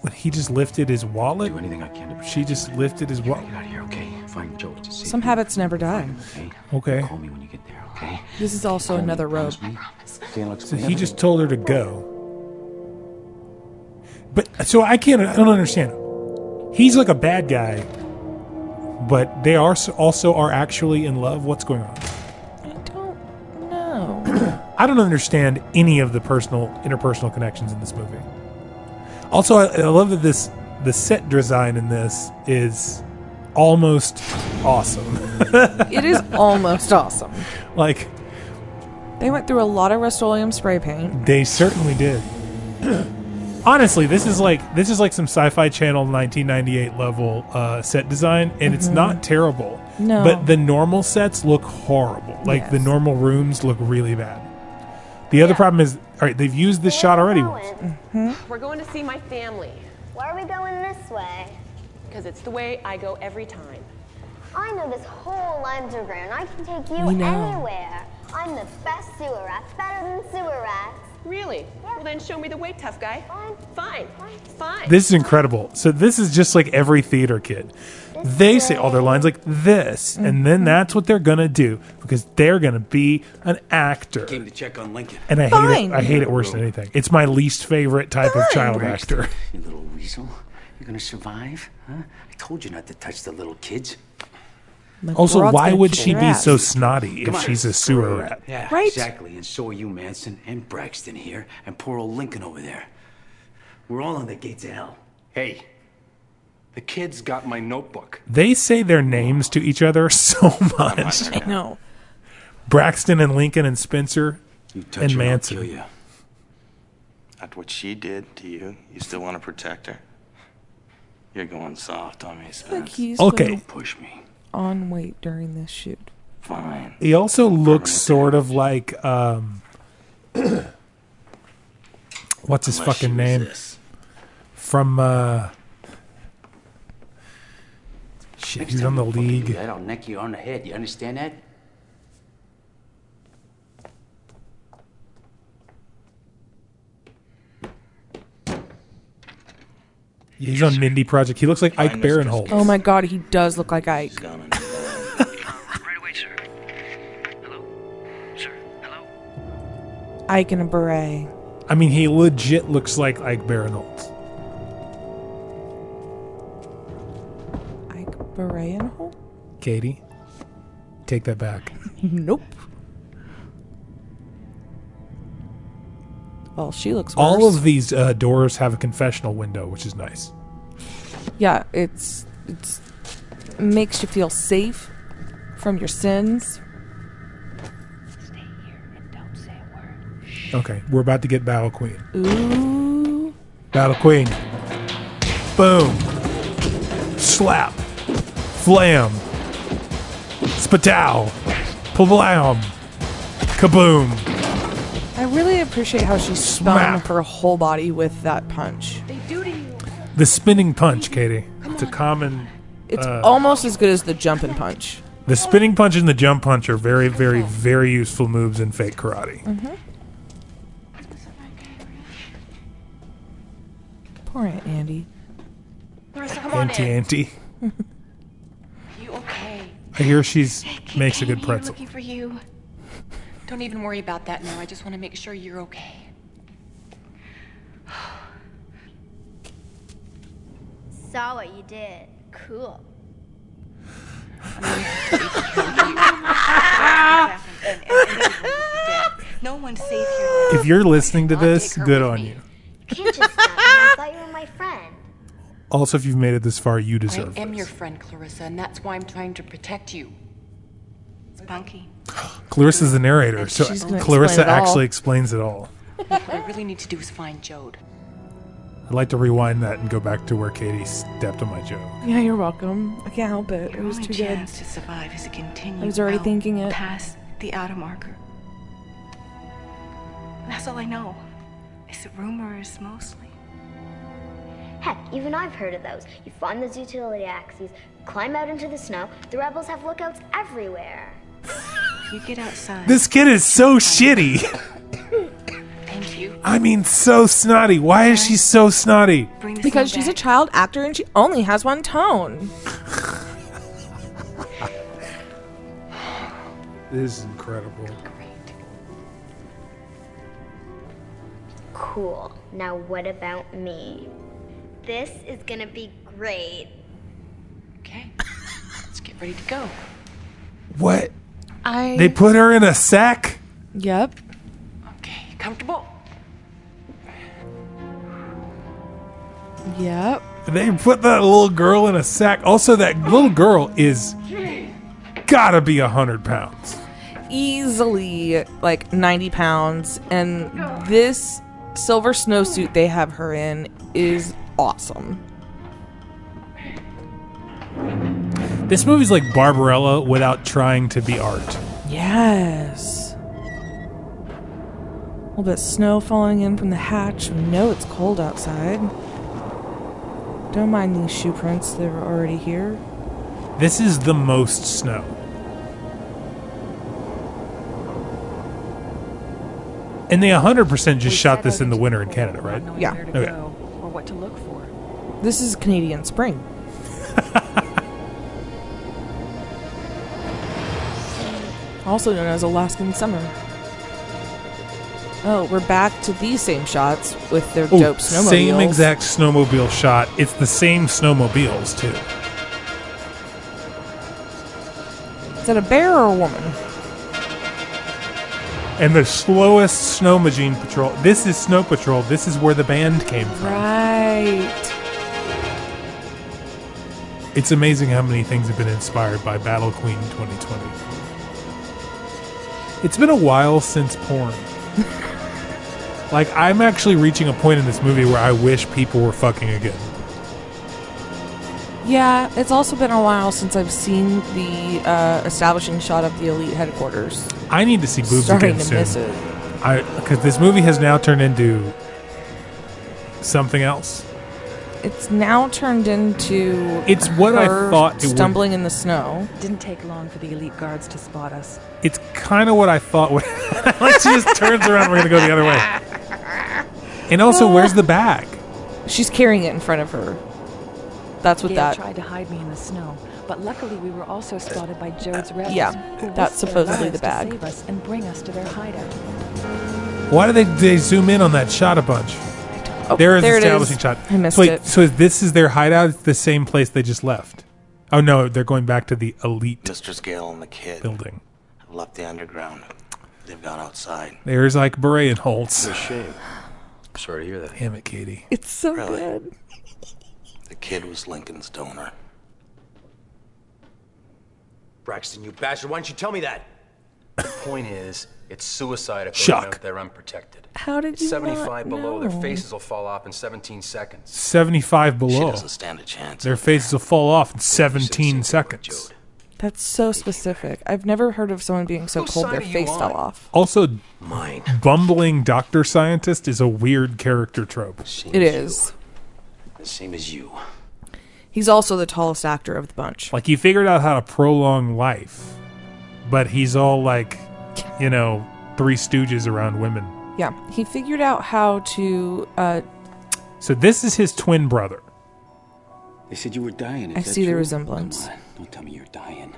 F: when he just lifted his wallet,
O: Do anything I can to protect
F: she just lifted his wallet.
O: Get out of here, okay? Find Joe to see.
G: Some habits never die.
F: Okay.
O: Call me when you get there, okay?
G: This is also another rope.
O: Okay, I'll
F: So
O: explain
F: he
O: everything.
F: just told her to go. But so I can't. I don't understand. He's like a bad guy, but they are s- also are actually in love. What's going on?
G: No.
F: I don't understand any of the personal interpersonal connections in this movie. Also, I, I love that this the set design in this is almost awesome.
G: it is almost awesome.
F: like
G: They went through a lot of Rust-Oleum spray paint.
F: They certainly did. Honestly, this is like this is like some Sci-Fi Channel 1998 level uh, set design, and it's
G: Mhm.
F: not terrible.
G: No.
F: but the normal sets look horrible. Like the
G: Yes.
F: normal rooms look really bad. The other problem is, all right, they've used this shot already once.
N: We're going to see my family.
Q: Why are we going this way?
N: Because it's the way I go every time.
Q: I know this whole underground. I can take
N: We
Q: you
N: know.
Q: anywhere. I'm the best sewer rat, better than sewer rats.
N: Really? Well, then show me the way, tough guy. Fine. Fine. Fine.
F: This is incredible. So this is just like every theater kid. They say all their lines like this,
G: Mm-hmm.
F: and then that's what they're gonna do because they're gonna be an actor.
O: Came to check on Lincoln.
F: And I hate
O: Fine.
F: it. I hate it worse than anything. It's my least favorite type of child actor.
O: You little weasel. You're gonna survive, huh? I told you not to touch the little kids.
F: Also,
O: broad's
F: why
O: gonna
F: would
O: kick
F: she
O: your
F: be
O: ass.
F: so snotty
O: Come
F: if
O: on.
F: she's a sewer rat?
O: Yeah,
F: Right.
O: exactly. And so are you, Manson, and Braxton here, and poor old Lincoln over there. We're all on the gates of hell.
K: Hey, the kid's got my notebook.
F: They say their names to each other so much.
K: I
G: know.
F: Braxton and Lincoln and Spencer and Manson.
E: After what she did to you, you still want to protect her? You're going soft on me, Spence.
G: Like he's gonna
E: push me.
G: On weight during this shoot.
E: Fine.
F: He also looks sort of like um, what's his
E: Unless
F: fucking
E: you
F: name from uh, shit.
O: Next
F: He's
O: time
F: on the
O: you fucking do
F: league.
O: that, I'll neck you on the head. You understand that?
F: He's on Mindy Project. He looks like Ike Barinholtz.
G: Oh my god, he does look like Ike. Ike in a beret.
F: I mean, he legit looks like Ike Barinholtz.
G: Beret and hole?
F: Katie, take that back.
G: Nope. Well, she looks worse.
F: All of these uh, doors have a confessional window, which is nice.
G: Yeah, it's it's makes you feel safe from your sins.
F: Okay, we're about to get Battle Queen.
G: Ooh.
F: Battle Queen. Boom. Slap. Flam. Spatow. Plam. Kaboom.
G: I really appreciate how she spun her whole body with that punch.
F: The spinning punch, Katie. It's a common.
G: It's
F: uh,
G: almost as good as the jump and punch.
F: the spinning punch and the jump punch are very, very, very useful moves in fake karate.
G: Poor Aunt Andy.
N: Marissa, come
F: Auntie,
N: on in.
F: auntie.
N: Are you okay?
F: I hear she's makes a good
N: I'm
F: pretzel.
N: looking for you.
R: Don't even worry about that now. I just want to make sure you're okay.
Q: Saw what you did. Cool.
L: No one saved you.
F: If you're listening to this, good on you.
Q: Can't just stop me. I thought you were my friend.
F: Also, if you've made it this far, you deserve.
R: I am your friend, Clarissa, and that's why I'm trying to protect you. Spunky.
F: Clarissa's the narrator, so
R: She's gonna
F: Clarissa
R: explain it all.
F: actually explains it all.
R: Look, what I really need to do is find Jode.
F: I'd like to rewind that and go back to where Katie stepped on my joke.
G: Yeah, you're welcome. I can't help it. It was too good.
L: to survive is to continue.
G: I was already
L: out
G: thinking it.
L: Past the outer marker. That's all I know. It's rumors mostly.
Q: Heck, even I've heard of those. You find those utility axes, climb out into the snow. The rebels have lookouts everywhere.
L: You get outside.
F: This kid is so shitty.
R: Thank you.
F: I mean, so snotty. Why is she so snotty?
G: Because she's a child actor and she only has one tone.
F: This is incredible.
Q: Cool. Now what about me? This is gonna be great.
R: Okay. Let's get ready to go.
F: What?
G: I.
F: They put her in a sack?
G: Yep.
R: Okay, comfortable?
G: Yep.
F: They put that little girl in a sack. Also, that little girl is gotta be a hundred pounds.
G: Easily like 90 pounds. And this silver snowsuit they have her in is awesome.
F: This movie's like Barbarella without trying to be art.
G: Yes. A little bit of snow falling in from the hatch. We know it's cold outside. Don't mind these shoe prints, they're already here.
F: This is the most snow. And they 100% just shot this in the winter in Canada, right?
G: Yeah.
F: Okay.
N: Or what to look for.
G: This is Canadian spring. also known as Alaskan summer. Oh, we're back to these same shots with their
F: Oh,
G: dope snowmobiles.
F: Same exact snowmobile shot. It's the same snowmobiles, too.
G: Is that a bear or a woman?
F: And the slowest snow machine patrol. This is Snow Patrol. This is where the band came from.
G: Right.
F: It's amazing how many things have been inspired by Battle Queen 2020. It's been a while since porn. like, I'm actually reaching a point in this movie where I wish people were fucking again.
G: Yeah, it's also been a while since I've seen the uh, establishing shot of the elite headquarters.
F: I need to see boobs
G: Starting
F: again
G: to
F: soon.
G: miss it.
F: I because this movie has now turned into something else.
G: It's now turned into
F: It's what I
G: her
F: thought it would-
G: stumbling in the snow.
A: Didn't take long for the elite guards to spot us.
F: It's kind of what I thought. Would, like she just turns around, we're gonna go the other way. And also, where's the bag?
G: She's carrying it in front of her. That's what
A: Gail
G: that.
A: tried to hide me in the snow, but luckily we were also spotted by Jode's rebels.
G: Uh, yeah,
A: who
G: that's
A: risked their
G: supposedly the
A: lives
G: bag.
A: to save us and bring us to their hideout.
F: Why do they they zoom in on that shot a bunch?
G: Oh,
F: there is
G: there it
F: establishing
G: is.
F: shot.
G: I missed
F: so wait,
G: it.
F: So this is their hideout. It's the same place they just left. Oh no, they're going back to the elite
E: Mistress Gale and the kid
F: building.
E: have left the underground. They've gone outside.
F: There's like Beret and Holtz.
E: It's a shame. Sorry to hear that.
F: Damn it, Katie.
G: It's so
E: Really?
G: good.
E: The kid was Lincoln's donor.
M: Braxton, you bastard, why didn't you tell me that?
K: point is, it's suicide if they
F: Shock.
K: went out there unprotected.
G: How did you
K: 75
G: not
K: below,
G: know?
K: their faces will fall off in 17 seconds.
F: 75 below.
E: doesn't stand a chance
F: Their faces will fall off in 17 seconds.
G: That's so specific. I've never heard of someone being so cold their
K: side are you
G: face
K: on?
G: fell off.
F: Also, Mine. bumbling doctor scientist is a weird character trope.
G: It is.
O: Same as you.
G: He's also the tallest actor of the bunch.
F: Like he figured out how to prolong life, but he's all like, you know, three stooges around women.
G: Yeah, he figured out how to. Uh,
F: So this is his twin brother.
O: They said you were dying. Is
G: I
O: that
G: see the
O: true?
G: resemblance.
O: Come on, Don't tell me you're dying.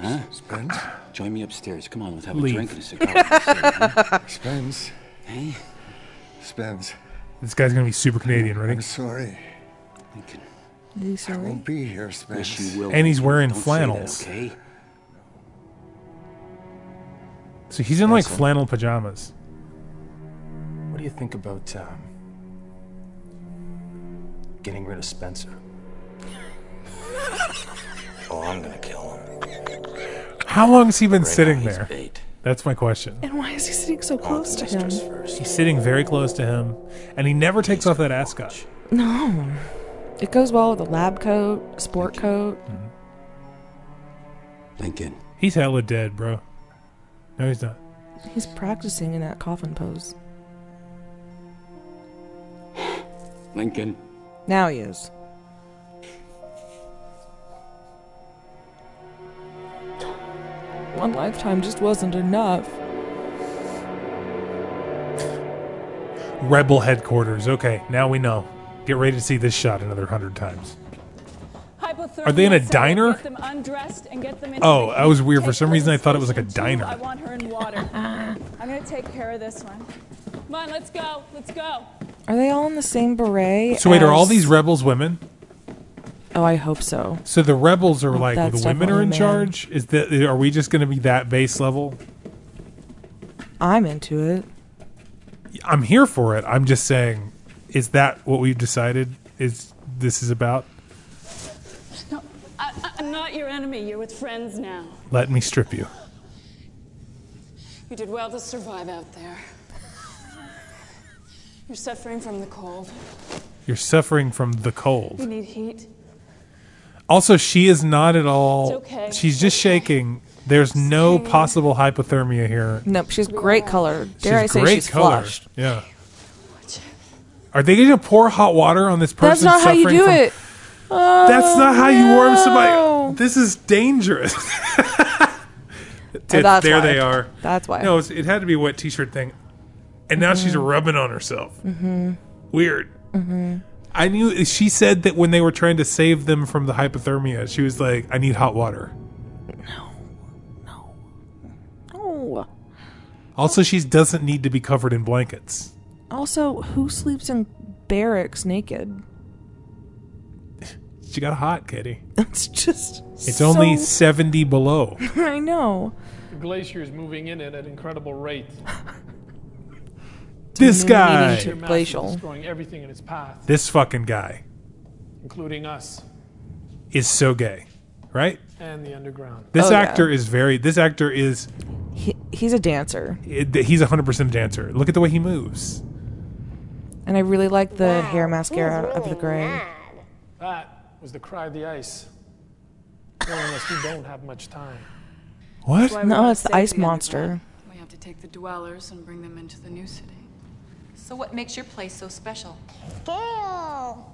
O: Huh? Spence? Join me upstairs. Come on, let's have
F: Leave.
O: a drink and a cigar.
T: Spence.
O: Hey?
T: Spence.
F: This guy's gonna be super Canadian, ready?
T: I'm sorry. I won't be here, Spence.
O: Yes, you will.
F: And he's wearing
O: Don't say that,
F: flannels.
O: okay?
F: So he's in like flannel pajamas.
K: What do you think about um, getting rid of Spencer?
E: Oh, I'm gonna kill him.
F: How long has he been sitting
E: he's
F: there? That's my question.
G: and why is he sitting so close to him?
F: He's sitting very close to him, and he never takes off that ascot.
G: No. It goes well with a lab coat, sport coat.
O: Lincoln.
F: He's hella dead, bro. No, he's not.
G: He's practicing in that coffin pose.
O: Lincoln.
G: Now he is. One lifetime just wasn't enough.
F: Rebel headquarters. Okay, now we know. Get ready to see this shot another hundred times.
U: Hypothermia
F: Are they in a
U: said,
F: diner?
U: Get them undressed and get them into
F: Oh,
U: the
F: that was weird. For
U: heat.
F: some
U: Take
F: reason, I thought it was like a
U: Station two, I
F: diner.
U: want her in water. I'm gonna take care of this one. Come on, let's go. Let's go.
G: Are they all in the same beret?
F: So wait, are all
G: as-
F: these rebels women?
G: Oh, I hope so.
F: So the rebels are
G: Oh,
F: like the
G: that's
F: women are
G: definitely
F: in
G: man.
F: charge. Is that are we just going to be that base level?
G: I'm into it.
F: I'm here for it. I'm just saying, is that what we've decided? Is this is about?
U: No, I, I- I'm not your enemy. You're with friends now.
F: Let me strip you.
U: You did well to survive out there. You're suffering from the cold.
F: You're suffering from the cold.
U: You need heat.
F: Also, she is not at all.
U: It's okay.
F: She's just shaking. There's no possible hypothermia here.
G: Nope, she's great color. Dare
F: she's
G: I say
F: great
G: she's
F: color.
G: flushed.
F: Yeah. Are they going to pour hot water on this person?
G: That's not how you
F: suffering
G: do
F: from-
G: it.
F: That's not how you warm
G: Oh, no.
F: somebody. This is dangerous. Tits,
G: Oh, that's
F: there
G: why.
F: they are.
G: That's why.
F: No, it's, it had to be a wet t-shirt thing, and now she's rubbing on herself.
G: Mm-hmm.
F: Weird.
G: Mm-hmm.
F: I knew she said that when they were trying to save them from the hypothermia, she was like, "I need hot water."
G: Oh.
F: Also, she doesn't need to be covered in blankets.
G: Also, who sleeps in barracks naked?
F: She got hot, Kitty.
G: That's just.
F: It's
G: so-
F: only seventy below.
G: I know.
V: The glacier is moving in at an incredible rate.
F: This
V: Moving
F: guy.
V: into your mass and
G: glacial.
V: Destroying everything in its path,
F: This fucking guy
V: including us
F: is so gay, right?
V: and the underground.
F: This
G: Oh, yeah.
F: actor is very. This actor is.
G: He, he's a dancer,
F: it- He's hundred percent a dancer. Look at the way he moves.
G: and I really like the hair mascara of the gray.
V: That was the cry of the ice. Telling us we don't have much time.
F: What?
V: Why we
G: No,
V: gotta
G: Oh, it's the
V: save
G: ice
V: the underground.
G: monster.
N: We have to take the dwellers and bring them into the new city.
R: So what makes your place so special?
N: Gail!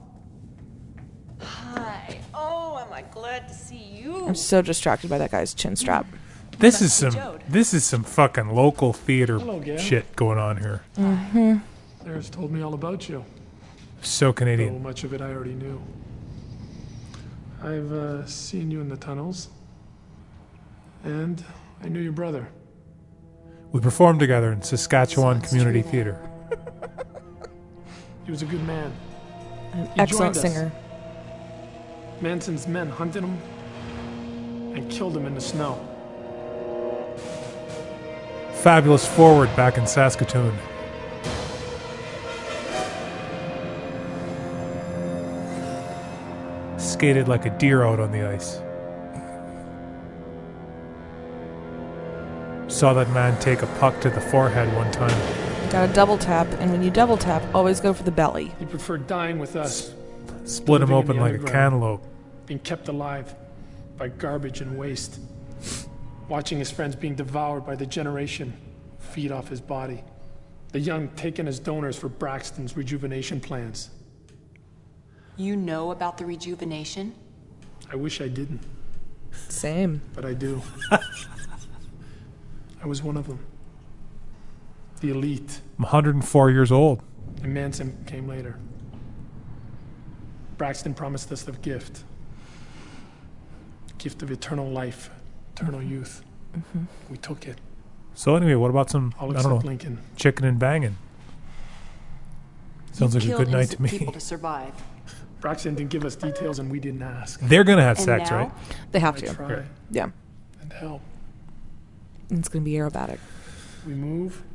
N: Hi. Oh, am I glad to see you.
G: I'm so distracted by that guy's chin strap.
F: This is some. This is some fucking local theater
V: Hello, Gail.
F: shit going on here.
G: Mm-hmm.
V: There's told me all about you.
F: So
V: Though
F: Canadian.
V: much of it I already knew. I've uh, seen you in the tunnels, and I knew your brother.
F: We performed together in Saskatchewan Community Theater.
V: He was a good man.
G: An
V: He
G: excellent
V: joined us.
G: singer.
V: Manson's men hunted him and killed him in the snow.
F: Fabulous forward back in Saskatoon. Skated like a deer out on the ice. saw that man take a puck to the forehead one time.
G: Gotta double tap, and when you double tap, always go for the belly.
V: He preferred dying with us.
F: Split him open
V: living in the
F: like a
V: underground,
F: cantaloupe.
V: Being kept alive by garbage and waste. Watching his friends being devoured by the generation feed off his body. The young taken as donors for Braxton's rejuvenation plans.
R: You know about the rejuvenation?
V: I wish I didn't,
G: Same.
V: but I do. I was one of them. The elite.
F: I'm 104 years old.
V: And Manson came later. Braxton promised us the gift gift of eternal life, eternal youth. We took it.
F: So anyway, what about some I
V: I'll
F: don't
V: accept
F: know
V: Lincoln.
F: chicken and banging? Sounds like a
R: Killed
F: good night
R: innocent
F: to me.
R: People to survive.
V: Braxton didn't give us details and we didn't ask.
F: They're gonna have sex, right?
G: They have
V: I
G: to.
V: Try
G: Yeah.
V: and help.
G: It's gonna be aerobatic.
V: We move.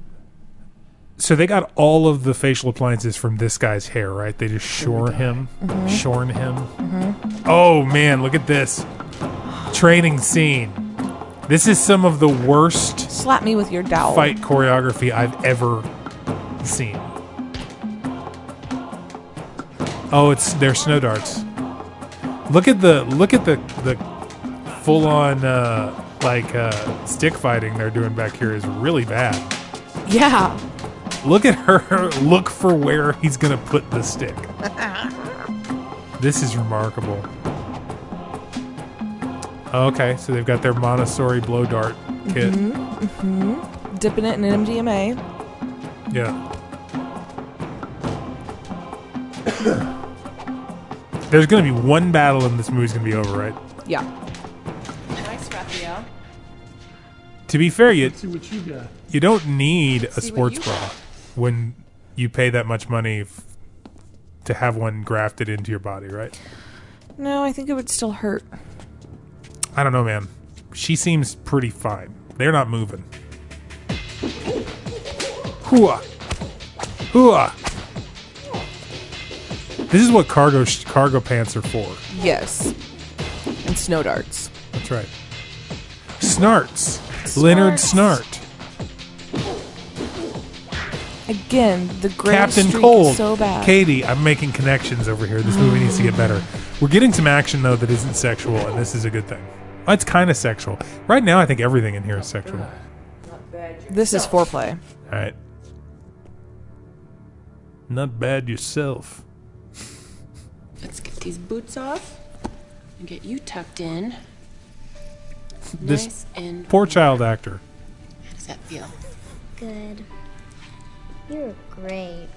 F: So they got all of the facial appliances from this guy's hair, right? They just shore him,
R: Mm-hmm.
G: Mhm.
F: shorn him. Oh man, look at this training scene. This is some of the worst
G: Slap me with your dowel.
F: fight choreography I've ever seen. Oh, it's they're snow darts. Look at the look at the the full on uh, like uh, stick fighting they're doing back here is really bad.
G: Yeah.
F: Look at her look for where he's gonna put the stick. This is remarkable. Okay, so they've got their Montessori blow dart kit.
G: Mm-hmm. hmm Dipping it in an MDMA.
F: Yeah. There's gonna be one battle and this movie's gonna be over, right?
G: Yeah.
N: Nice, Raphael.
F: To be fair, you
V: Let's see what you got.
F: you don't need a
V: See what
F: sports
V: you
F: bra
V: got.
F: when you pay that much money f- to have one grafted into your body, right?
G: No, I think it would still hurt.
F: I don't know, man. She seems pretty fine. They're not moving. Hooah. Hooah. This is what cargo sh- cargo pants are for.
G: Yes. And snow darts.
F: That's right. Snarts. Leonard Snart.
G: Again, the great
F: Captain Cold.
G: so bad.
F: Katie, I'm making connections over here. This movie needs to get better. We're getting some action though that isn't sexual, and this is a good thing. Oh, It's kind of sexual. Right now, I think everything in here is sexual. All
G: This is foreplay.
F: right. Not bad yourself.
R: Let's get these boots off and get you tucked in.
F: This
R: nice and
F: poor child actor.
R: how does that feel?
Q: Good. You're great.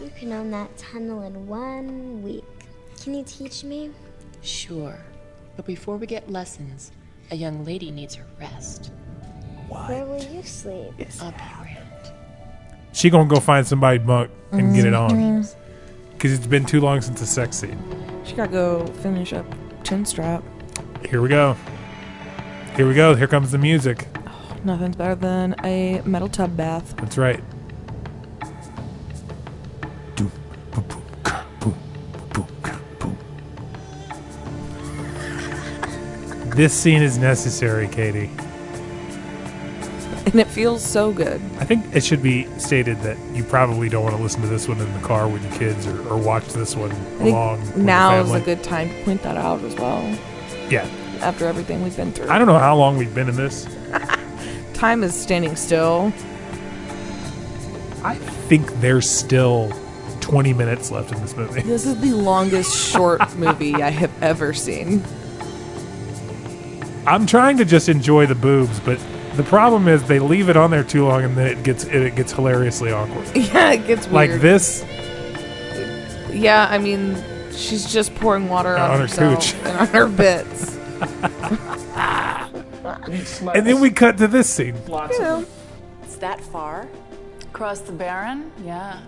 Q: You can own that tunnel in one week. Can you teach me?
R: Sure. But before we get lessons, a young lady needs her rest.
Q: Where will you sleep?
R: I'll be around.
F: She gonna go find somebody muck and get it on. Cause it's been too long since the sex scene.
G: She gotta go finish up chin strap.
F: Here we go. Here we go. Here comes the music.
G: Nothing's better than a metal tub bath.
F: That's right. This scene is necessary, Katie.
G: And it feels so good.
F: I think it should be stated that you probably don't want to listen to this one in the car with your kids or, or watch this one
G: I
F: along.
G: think
F: with
G: now
F: your
G: is a
F: family.
G: good time to point that out as well.
F: Yeah.
G: After everything we've been through.
F: I don't know how long we've been in this.
G: Time is standing still.
F: I think there's still 20 minutes left in this movie.
G: This is the longest short movie I have ever seen.
F: I'm trying to just enjoy the boobs, but the problem is they leave it on there too long, and then it gets it gets hilariously awkward.
G: Yeah, it gets weird.
F: Like this,
G: Yeah, I mean, she's just pouring water on,
F: On her
G: herself
F: cooch.
G: and on her bits.
F: and then we cut to this scene.
U: Lots of them.
C: It's that far? Across the Barren? Yeah.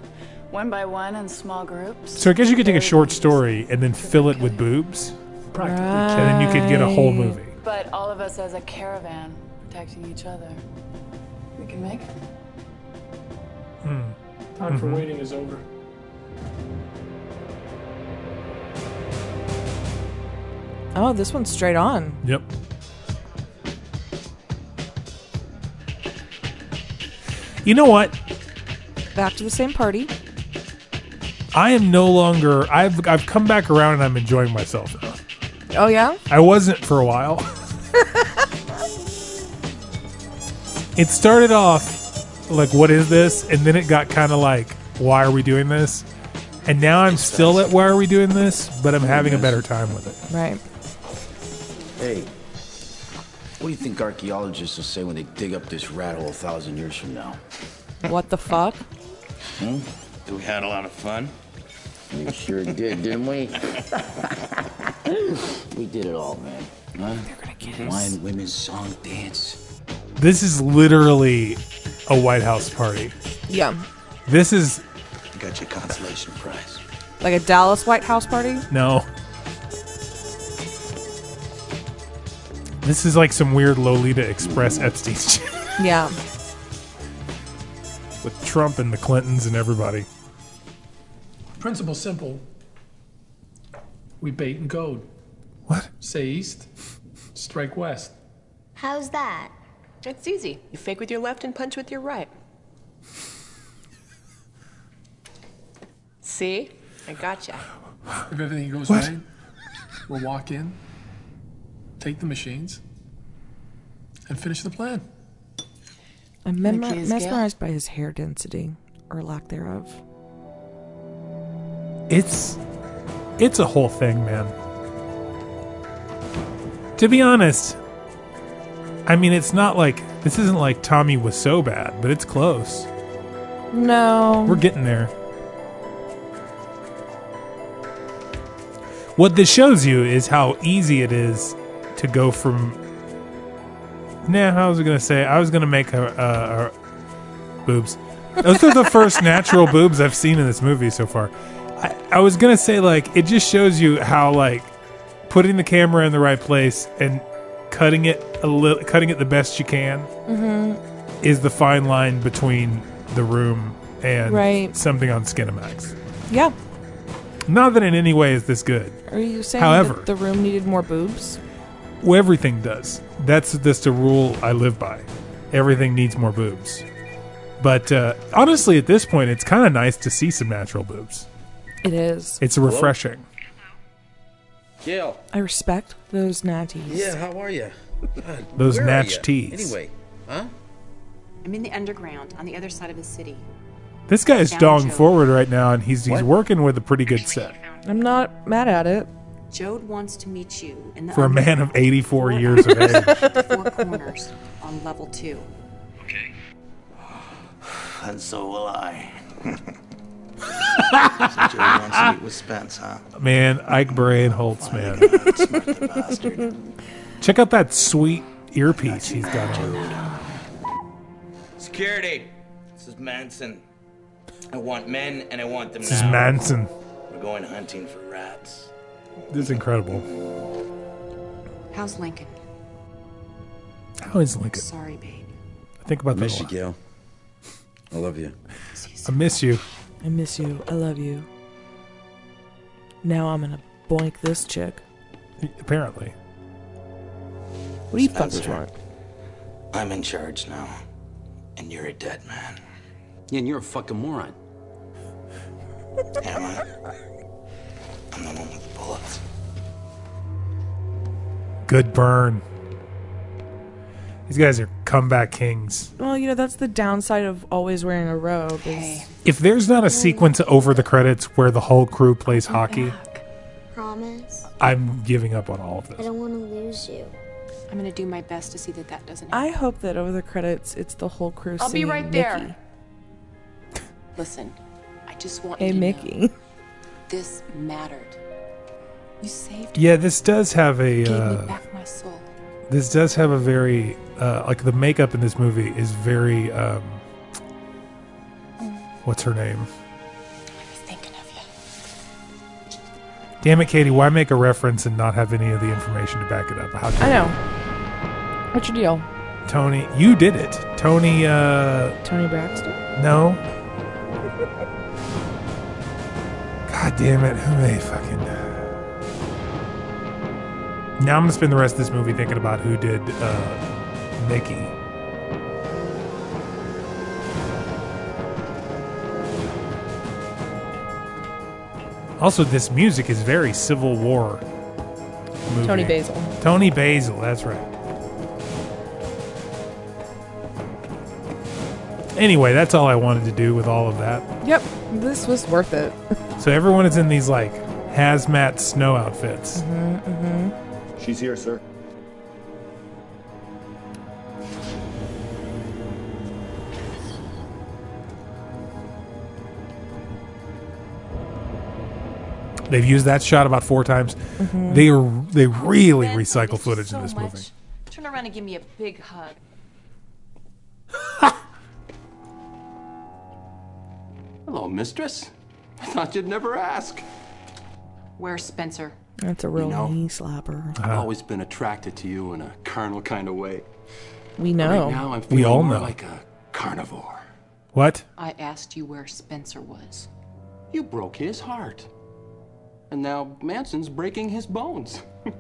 C: One by one in small groups.
F: So I guess you could take a short story and then fill it with boobs,
V: Practically.
F: and then you could get a whole movie.
C: But all of us as a caravan, protecting each other. We can make it.
F: Hmm.
V: Time for
F: Mhm.
V: waiting is over.
G: Oh, this one's straight on.
F: Yep. You know what?
G: Back to the same party.
F: I am no longer. I've I've come back around and I'm enjoying myself now.
G: Oh yeah.
F: I wasn't for a while. it started off like, what is this? And then it got kind of like, why are we doing this? And now I'm still at why are we doing this, but I'm having a better time with it.
G: Right.
M: Hey, what do you think archaeologists will say when they dig up this rat hole a thousand years from now?
G: What the fuck?
M: Hmm?
E: Do we had a lot of fun?
M: We sure did, didn't we? we did it all, man. Huh? They're gonna get us. Wine, women, song, dance.
F: This is literally a White House party.
G: Yeah.
F: This is
M: Got your consolation prize.
G: Like a Dallas White House party.
F: no. This is like some weird Lolita Express Epstein shit
G: Yeah.
F: with Trump and the Clintons and everybody.
V: Principle simple. We bait and goad.
F: What?
V: Say east, strike west.
Q: How's that?
R: It's easy. You fake with your left and punch with your right. See? I gotcha.
V: If everything goes right, we'll walk in, take the machines, and finish the plan.
G: I'm
V: The
G: mesmer-
V: keys, Gail.
G: mesmerized by his hair density or lack thereof.
F: It's it's a whole thing, man. To be honest, I mean it's not like this isn't like Tommy was so bad, but it's close.
G: No.
F: We're getting there. What this shows you is how easy it is to go from. Nah, I was gonna say I was gonna make a, a, a boobs. Those are the first natural boobs I've seen in this movie so far. I, I was gonna say like it just shows you how like putting the camera in the right place and cutting it a little, cutting it the best you can
G: Mm-hmm.
F: is the fine line between the room and
G: Right.
F: something on Skinamax.
G: Yeah.
F: Not that in any way is this good.
G: Are you saying
F: However-
G: that the room needed more boobs?
F: Well, everything does. That's that's the rule I live by. Everything needs more boobs. But uh, honestly, at this point, it's kind of nice to see some natural boobs.
G: It is.
F: It's refreshing.
M: Gail.
G: I respect those natties.
M: Yeah, how are you?
F: Those
M: Where are
F: natch
M: ya?
F: tees.
M: Anyway, huh?
R: I'm in the underground on the other side of the city.
F: This guy is
R: Down
F: dong
R: Joe.
F: forward right now, and he's he's working with a pretty good set
G: I'm not mad at it.
R: Jode wants to meet you in the
F: for a man of
R: underground.
F: 84 years of age.
R: Four corners on level two.
E: And so will I.
R: Joe
E: wants to meet with Spence, huh?
F: Man, Ike Bray and Holtz, man. Check out that sweet earpiece he's got on.
E: Security. This is Manson. I want men and I want them
F: This is
E: now.
F: Manson.
E: We're going hunting for rats.
F: This is incredible.
R: How's Lincoln?
F: How is Lincoln?
R: Sorry, babe.
F: I think about that.
M: Miss
F: a
M: you,
F: lot.
M: Gail. I love you.
F: I miss you.
G: I miss you. I love you. Now I'm gonna boink this chick.
F: Apparently.
G: What do you fuckers
E: Spencer.
G: want?
E: I'm in charge now. And you're a dead man.
M: Yeah, and you're a fucking moron.
E: Am I? I'm the one with the bullets.
F: Good burn. These guys are comeback kings.
G: Well, you know that's the downside of always wearing a robe. Is
F: If there's not a sequence over the credits where the whole crew plays hockey,
Q: Promise.
F: I'm giving up on all of
Q: I
F: this.
Q: don't want to lose you.
R: I'm gonna do my best to see that that doesn't
G: I hope that over the credits, it's the whole crew.
R: I'll be
G: singing
R: right there.
G: Mickey.
R: Listen, I just want
G: Hey,
R: you to know
G: Mickey.
R: this mattered. You saved
F: Yeah, this does have a.
R: gave me
F: Uh,
R: back my soul.
F: this does have a very uh, like the makeup in this movie is very. Um, what's her name? Damn it, Katie! Why make a reference and not have any of the information to back it up? How dare
G: I
F: you.
G: know. What's your deal,
F: Tony, you did it. Tony, uh.
G: Tony Braxton?
F: No. God damn it. Who they fucking. Now I'm gonna spend the rest of this movie thinking about who did, uh, Mickey. Also, this music is very Civil War. movie.
D: Tony Basil.
F: Tony Basil, that's right. Anyway, that's all I wanted to do with all of that.
D: Yep, this was worth it.
F: So everyone is in these like hazmat snow outfits.
G: Mm-hmm.
T: She's here, sir.
F: They've used that shot about four times.
R: Mhm.
F: They are they really
R: Ben,
F: recycle
R: thank you
F: footage
R: so
F: in this
R: much.
F: movie.
R: Turn around and give me a big hug.
K: Hello, mistress. I thought you'd never ask.
J: Where's Spencer?
G: That's a real
K: You know,
G: knee slapper.
F: Uh-huh.
K: I've always been attracted to you in a carnal kind of way.
G: we
K: But
G: know.
K: Right now, I'm
F: We
K: feeling
F: all
K: more
F: know.
K: like a carnivore.
F: What?
J: I asked you where Spencer was.
K: You broke his heart. And now Manson's breaking his bones.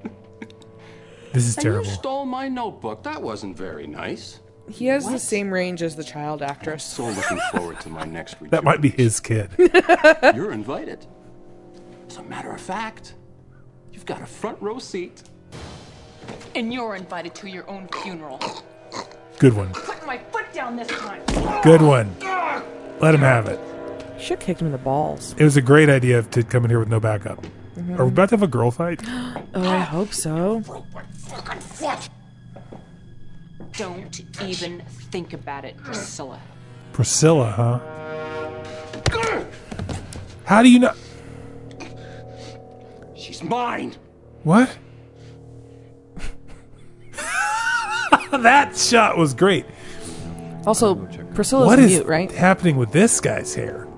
F: This is
K: and
F: terrible.
K: you stole Oh, my notebook. That wasn't very nice.
G: He has the same range as the child actress.
K: So looking forward to my next return.
F: That might be his kid.
K: You're invited. As a matter of fact, you've got a front row seat.
R: And you're invited to your own funeral.
F: Good one.
R: Put my foot down this time.
F: Good one. Let him have it.
G: Should have kicked him in the balls. Mm-hmm.
F: It was a great idea to come in here with no backup. Are we about to have a girl fight?
G: Oh, I hope so.
R: Don't even think about it, Priscilla.
F: Priscilla, huh? How do you know?
K: She's mine.
F: What? that shot was great.
G: Also, Priscilla's
F: what is
G: mute, right?
F: happening with this guy's hair?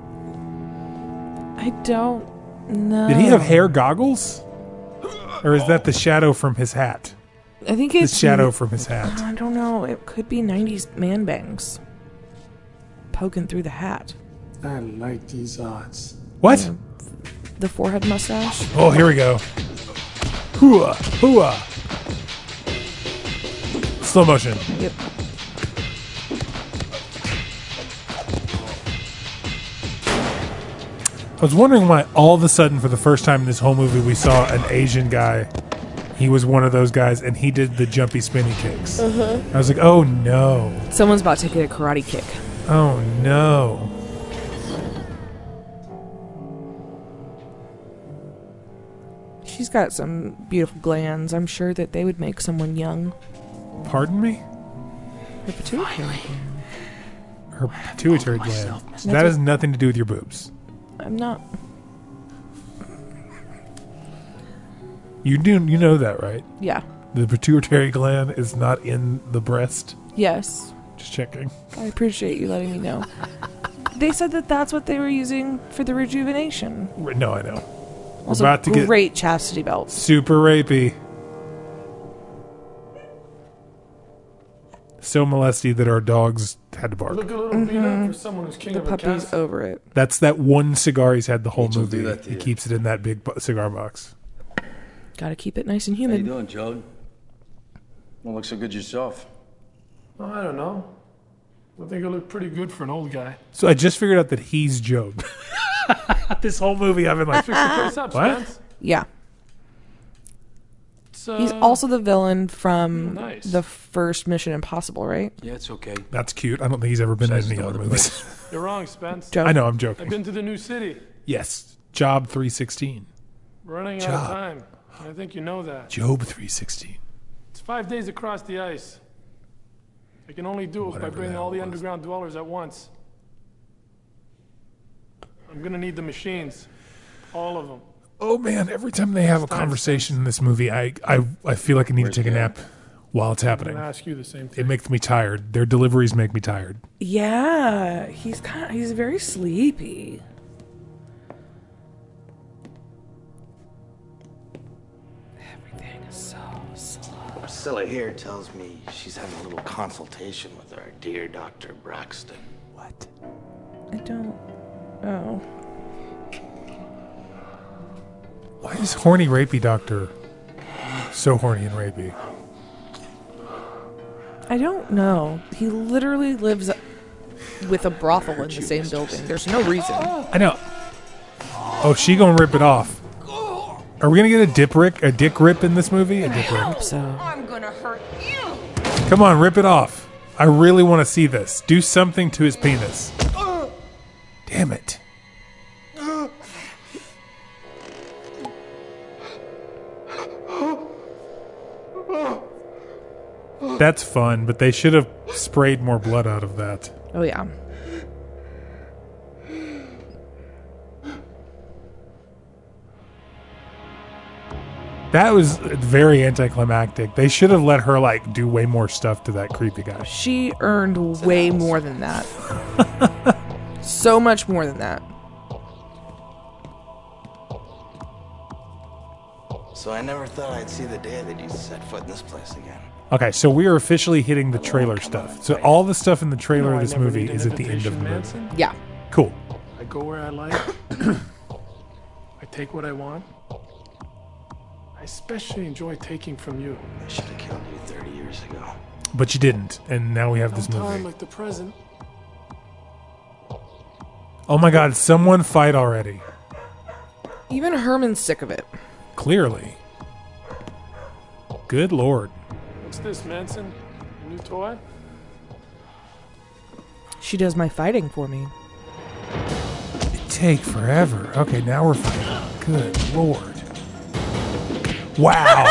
G: I don't know.
F: Did he have hair goggles? Or is that the shadow from his hat?
G: I think
F: The
G: it's
F: shadow from his hat.
G: I don't know. It could be '90s man bangs poking through the hat.
V: I like these odds.
F: What?
G: The forehead mustache.
F: Oh, here we go. Hooah, hooah. Slow motion.
G: Yep.
F: I was wondering why all of a sudden, for the first time in this whole movie, we saw an Asian guy. He was one of those guys, and he did the jumpy spinny kicks.
G: Uh-huh.
F: I was like, oh no.
G: Someone's about to get a karate kick.
F: Oh no.
G: She's got some beautiful glands. I'm sure that they would make someone young.
F: Pardon me?
G: Her pituitary.
F: Her pituitary gland.
G: Mr.
F: That has nothing to do with your boobs.
G: I'm not.
F: You do you know that, right?
G: Yeah.
F: The pituitary gland is not in the breast.
G: Yes.
F: Just checking.
G: I appreciate you letting me know. They said that that's what they were using for the rejuvenation.
F: Right- No, I know. We're
G: Also,
F: about to get
G: great chastity belts.
F: super rapey. So molesty that our dogs had to bark.
V: Look a little beat up for someone who's king
G: The
V: of a
G: puppy's
V: castle.
G: over it.
F: That's that one cigar he's had the whole
O: Angel,
F: movie.
O: do that to
F: He
O: you.
F: keeps it in that big bo- cigar box.
G: Gotta keep it nice and
O: How you
G: humid.
O: doing, Joe? Don't look so good yourself.
V: Oh, I don't know. I think I look pretty good for an old guy.
F: So I just figured out that he's Job. this whole movie I've been like,
V: Fix your face up,
F: what?
V: Spence.
G: Yeah.
V: It's, uh,
G: He's also the villain from
V: nice.
G: the first Mission Impossible, right?
O: Yeah, it's okay.
F: That's cute. I don't think he's ever been in any other movies.
V: You're wrong, Spence.
F: Joe. I know, I'm joking.
V: I've been to the new city.
F: yes, Job three sixteen,
V: We're running out
F: Job.
V: of time. And I think you know that.
F: Job three sixteen.
V: It's five days across the ice. I can only do it by bringing all the underground dwellers at once. I'm gonna need the machines, all of them.
F: Oh man, every time they have a conversation in this movie, I I, I feel like I need to take a nap while it's
V: I'm
F: happening.
V: gonna ask you the same.
F: It makes me tired. Their deliveries make me tired.
G: Yeah, he's kind. He's very sleepy. Everything is so slow.
E: Priscilla here tells me she's having a little consultation with our dear Dr. Braxton. What?
G: I don't. Oh,
F: Why is horny rapey doctor so horny and rapey?
G: I don't know. He literally lives with a brothel in the same building. There's no reason.
F: I know. Oh, she gonna rip it off. Are we gonna get a dip rick, a dick rip in this movie? A dick rip.
S: I'm gonna hurt you.
F: Come on, rip it off. I really want to see this. Do something to his penis. Damn it. That's fun, but they should have sprayed more blood out of that.
G: Oh yeah.
F: That was very anticlimactic. They should have let her like do way more stuff to that creepy guy.
G: She earned way more than that. so much more than that.
E: So I never thought I'd see the day that you set foot in this place again.
F: Okay, so we are officially hitting the trailer stuff. So all the stuff in the trailer
V: No, I
F: of this
V: never
F: movie
V: need an
F: is at the end of
V: invitation,
F: the movie.
V: Manson.
G: Yeah.
F: Cool.
V: I go where I like. I take what I want. I especially enjoy taking from you. I should have killed you 30 years ago.
F: But you didn't, and now we have this
V: Time
F: movie.
V: like the present.
F: Oh my god, someone fight already.
G: Even Herman's sick of it.
F: Clearly. Good lord.
V: What's this, Manson? A new toy?
G: She does my fighting for me.
F: Take forever. Okay, now we're fighting. Good lord. Wow.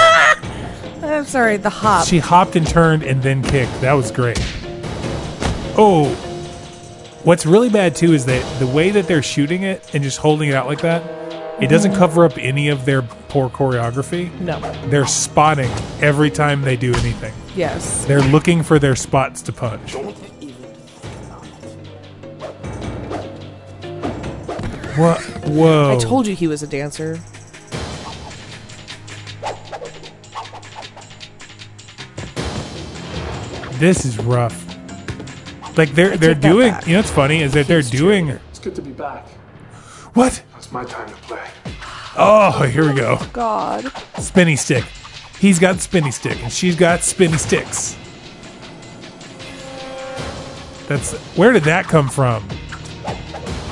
G: I'm sorry, the hop.
F: she hopped and turned and then kicked. That was great. Oh. What's really bad too is that the way that they're shooting it and just holding it out like that, it doesn't cover up any of their poor choreography.
G: Mm-hmm. No.
F: They're spotting every time they do anything.
G: Yes.
F: They're looking for their spots to punch. What? Whoa.
G: I told you he was a dancer.
F: This is rough. Like they're they're
V: take that
F: doing.
V: back.
F: You know what's funny is that they're doing.
V: It's good to be back.
F: What?
V: It's my time to play.
F: Oh, here we go.
G: God.
F: Spinny stick. He's got spinny stick, and she's got spinny sticks. That's where did that come from?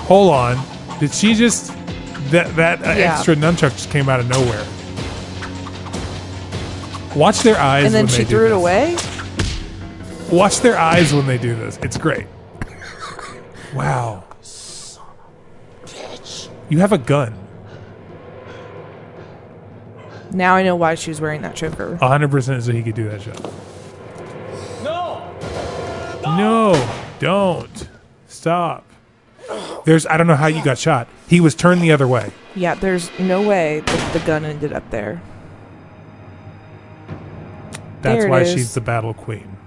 F: Hold on. Did she just that that uh,
G: Yeah.
F: extra nunchuck just came out of nowhere? Watch their eyes.
G: and then
F: when
G: she
F: they do
G: threw it
F: this.
G: away?
F: Watch their eyes when they do this. It's great. Wow. You have a gun.
G: Now I know why she was wearing that choker.
F: Uh. 100% so he could do that shot. No! No! Don't. Stop. There's, I don't know how you got shot. He was turned the other way.
G: Yeah, there's no way that the gun ended up there.
F: That's
G: There it
F: why
G: is.
F: she's the battle queen.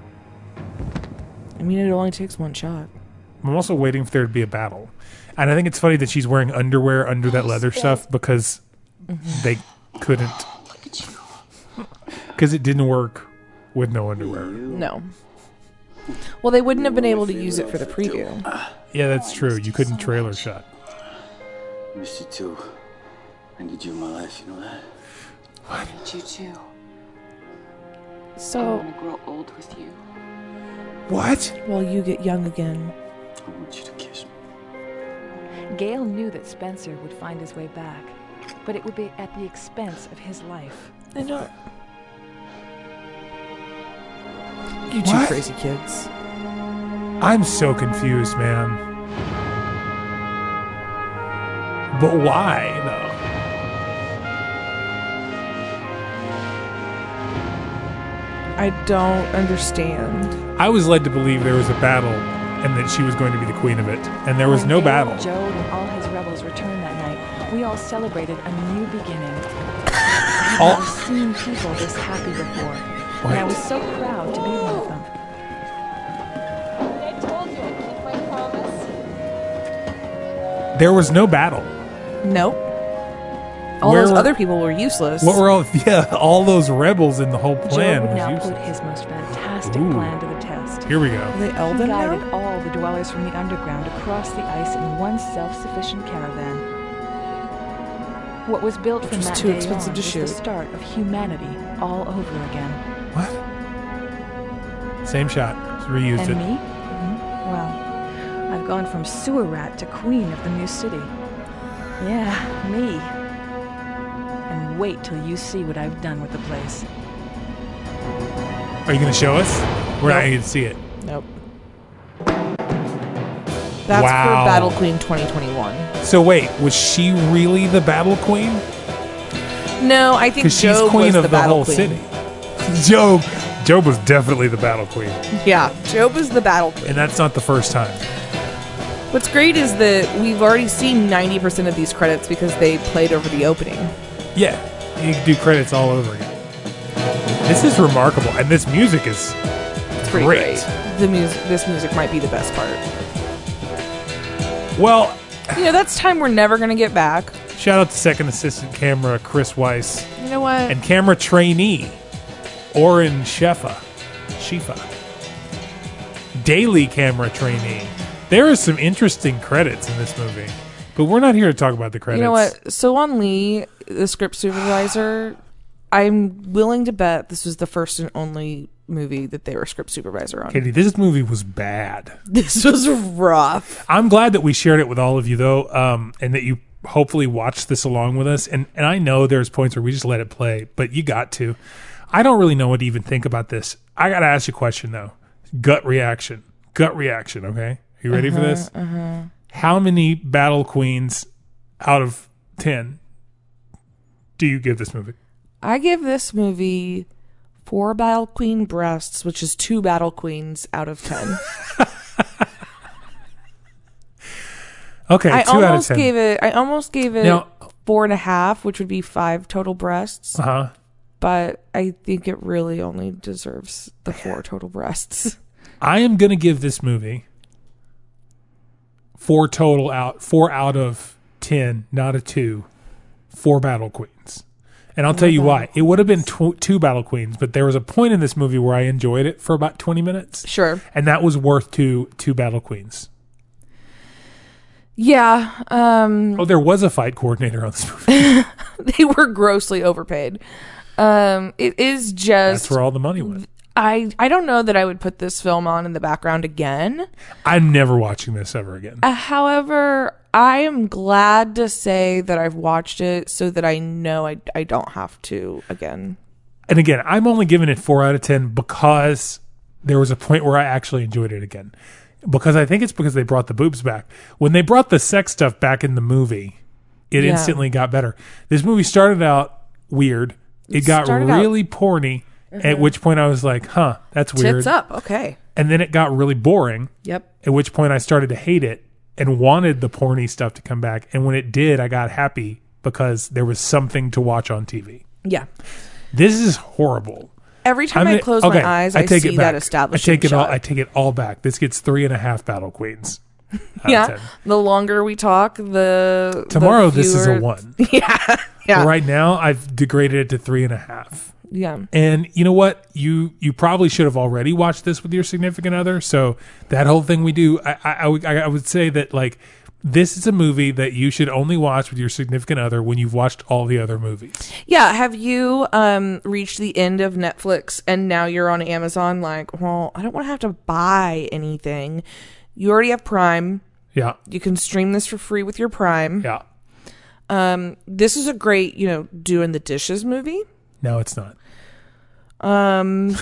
G: I mean, it only takes one shot.
F: I'm also waiting for there to be a battle. And I think it's funny that she's wearing underwear under that leather stuff because they couldn't. Because it didn't work with no underwear.
G: No. Well, they wouldn't have been able to use it for the preview.
F: Yeah, that's true. You couldn't trailer shot.
O: Missed you too. I need you in my life, you know that?
R: I need you too. I
G: So,
R: want to grow old with you.
F: What?
G: well, you get young again.
O: I want you to kiss me.
A: Gale knew that Spencer would find his way back, but it would be at the expense of his life.
G: I know. You two
F: What?
G: crazy kids.
F: I'm so confused, man. But why, though?
G: I don't understand.
F: I was led to believe there was a battle and that she was going to be the queen of it, and there
G: Oh,
F: was
A: When
F: no
A: Gale,
F: battle.
A: Joad and all his rebels returned that night. We all celebrated a new beginning.
F: All-
A: I've seen people this happy before, and I
F: Right.
A: was so proud to be one of them.
U: I told you I'd keep my promise.
F: There was no battle.
G: Nope. All
F: Where
G: those
F: were-
G: other people were useless.
F: What were all yeah, all those rebels in the whole plan
A: Joad
F: was
A: now
F: useless.
A: put his most fantastic
F: Ooh.
A: plan to the test.
F: Here we go.
G: They Elden
A: he
G: now?
A: guided all the dwellers from the underground across the ice in one self-sufficient caravan. What was built from
G: Which was
A: that
G: too
A: day
G: expensive
A: on
G: to
A: was
G: shoot.
A: the start of humanity all over again.
F: Same shot. Just reused
A: and
F: it.
A: me? Mm-hmm. Mhm. Well, I've gone from sewer rat to queen of the new city. Yeah, me. And wait till you see what I've done with the place.
F: Are you going to show us? We're not going to see it.
G: Nope. That's
F: Wow.
G: for Battle Queen 2021.
F: So wait, was she really the battle queen?
G: No, I think
F: Because she's
G: Job
F: queen
G: was
F: of
G: the,
F: the, whole
G: battle queen.
F: city. Job, Job was definitely the battle queen,
G: Yeah, Job was the battle queen.
F: and that's not the first time.
G: What's great is that we've already seen 90% of these credits because they played over the opening.
F: Yeah, you can do credits all over again. This is remarkable, and this music is
G: It's pretty great. The music, this music might be the best part.
F: Well,
G: You know, that's time we're never gonna get back.
F: shout out to second assistant camera Chris Weiss
G: You know what?
F: and camera trainee Oren Shefa, Shefa, daily camera trainee. There are some interesting credits in this movie, but we're not here to talk about the credits.
G: You know what? So on Lee, the script supervisor, I'm willing to bet this was the first and only movie that they were script supervisor on.
F: Katie, this movie was bad.
G: This was rough.
F: I'm glad that we shared it with all of you though, um, and that you hopefully watched this along with us. And and I know there's points where we just let it play, but you got to. I don't really know what to even think about this. I gotta ask you a question though. Gut reaction. Gut reaction, okay? You ready for
G: Uh-huh,
F: this?
G: uh-huh.
F: How many battle queens out of ten do you give this movie?
G: I give this movie four Battle Queen breasts, which is two Battle Queens out of ten.
F: Okay,
G: I
F: two
G: almost
F: out of ten.
G: gave it. I almost gave it
F: Now-
G: four and a half, which would be five total breasts.
F: Uh-huh.
G: But I think it really only deserves the four total breasts.
F: I am gonna give this movie four total out four out of ten, not a two, four battle queens. And I'll tell you why. It would have been tw- two battle queens, but there was a point in this movie where I enjoyed it for about twenty minutes.
G: Sure.
F: and that was worth two two battle queens.
G: Yeah. Um.
F: Oh, there was a fight coordinator on this movie.
G: they were grossly overpaid. Um. It is just.
F: That's where all the money went.
G: I I don't know that I would put this film on in the background again.
F: I'm never watching this ever again.
G: Uh, however, I am glad to say that I've watched it so that I know I, I don't have to again.
F: And again, I'm only giving it four out of 10 because there was a point where I actually enjoyed it again. Because I think it's because they brought the boobs back. When they brought the sex stuff back in the movie, it
H: Yeah.
F: instantly got better. This movie started out weird, it,
G: It
F: got
G: started out-
F: really porny, at
G: Mhm.
F: which point I was like, huh, that's weird.
G: Tits up. Okay.
F: And then it got really boring.
G: Yep.
F: At which point I started to hate it and wanted the porny stuff to come back. And when it did, I got happy because there was something to watch on TV.
G: Yeah.
F: This is horrible.
G: Every time I
F: gonna-
G: close
F: okay,
G: my eyes, I,
F: take
G: see
F: it
G: that
F: back.
G: established.
F: I take it all. I take it all back. This gets three and a half battle queens. out of
G: yeah.
F: 10.
G: The longer we talk, the the
F: Tomorrow, this is a
G: fewer-
F: one.
G: Yeah. Yeah.
F: Right now, I've degraded it to three and a half.
G: Yeah.
F: And you know what? You you probably should have already watched this with your significant other. So that whole thing we do, I I, I, would, I would say that like this is a movie that you should only watch with your significant other when you've watched all the other movies.
G: Yeah. Have you um reached the end of Netflix and now you're on Amazon? Like, well, I don't want to have to buy anything. You already have Prime.
F: Yeah.
G: You can stream this for free with your Prime.
F: Yeah.
G: Um, this is a great, you know, doing the dishes movie.
F: No, it's not.
G: Um,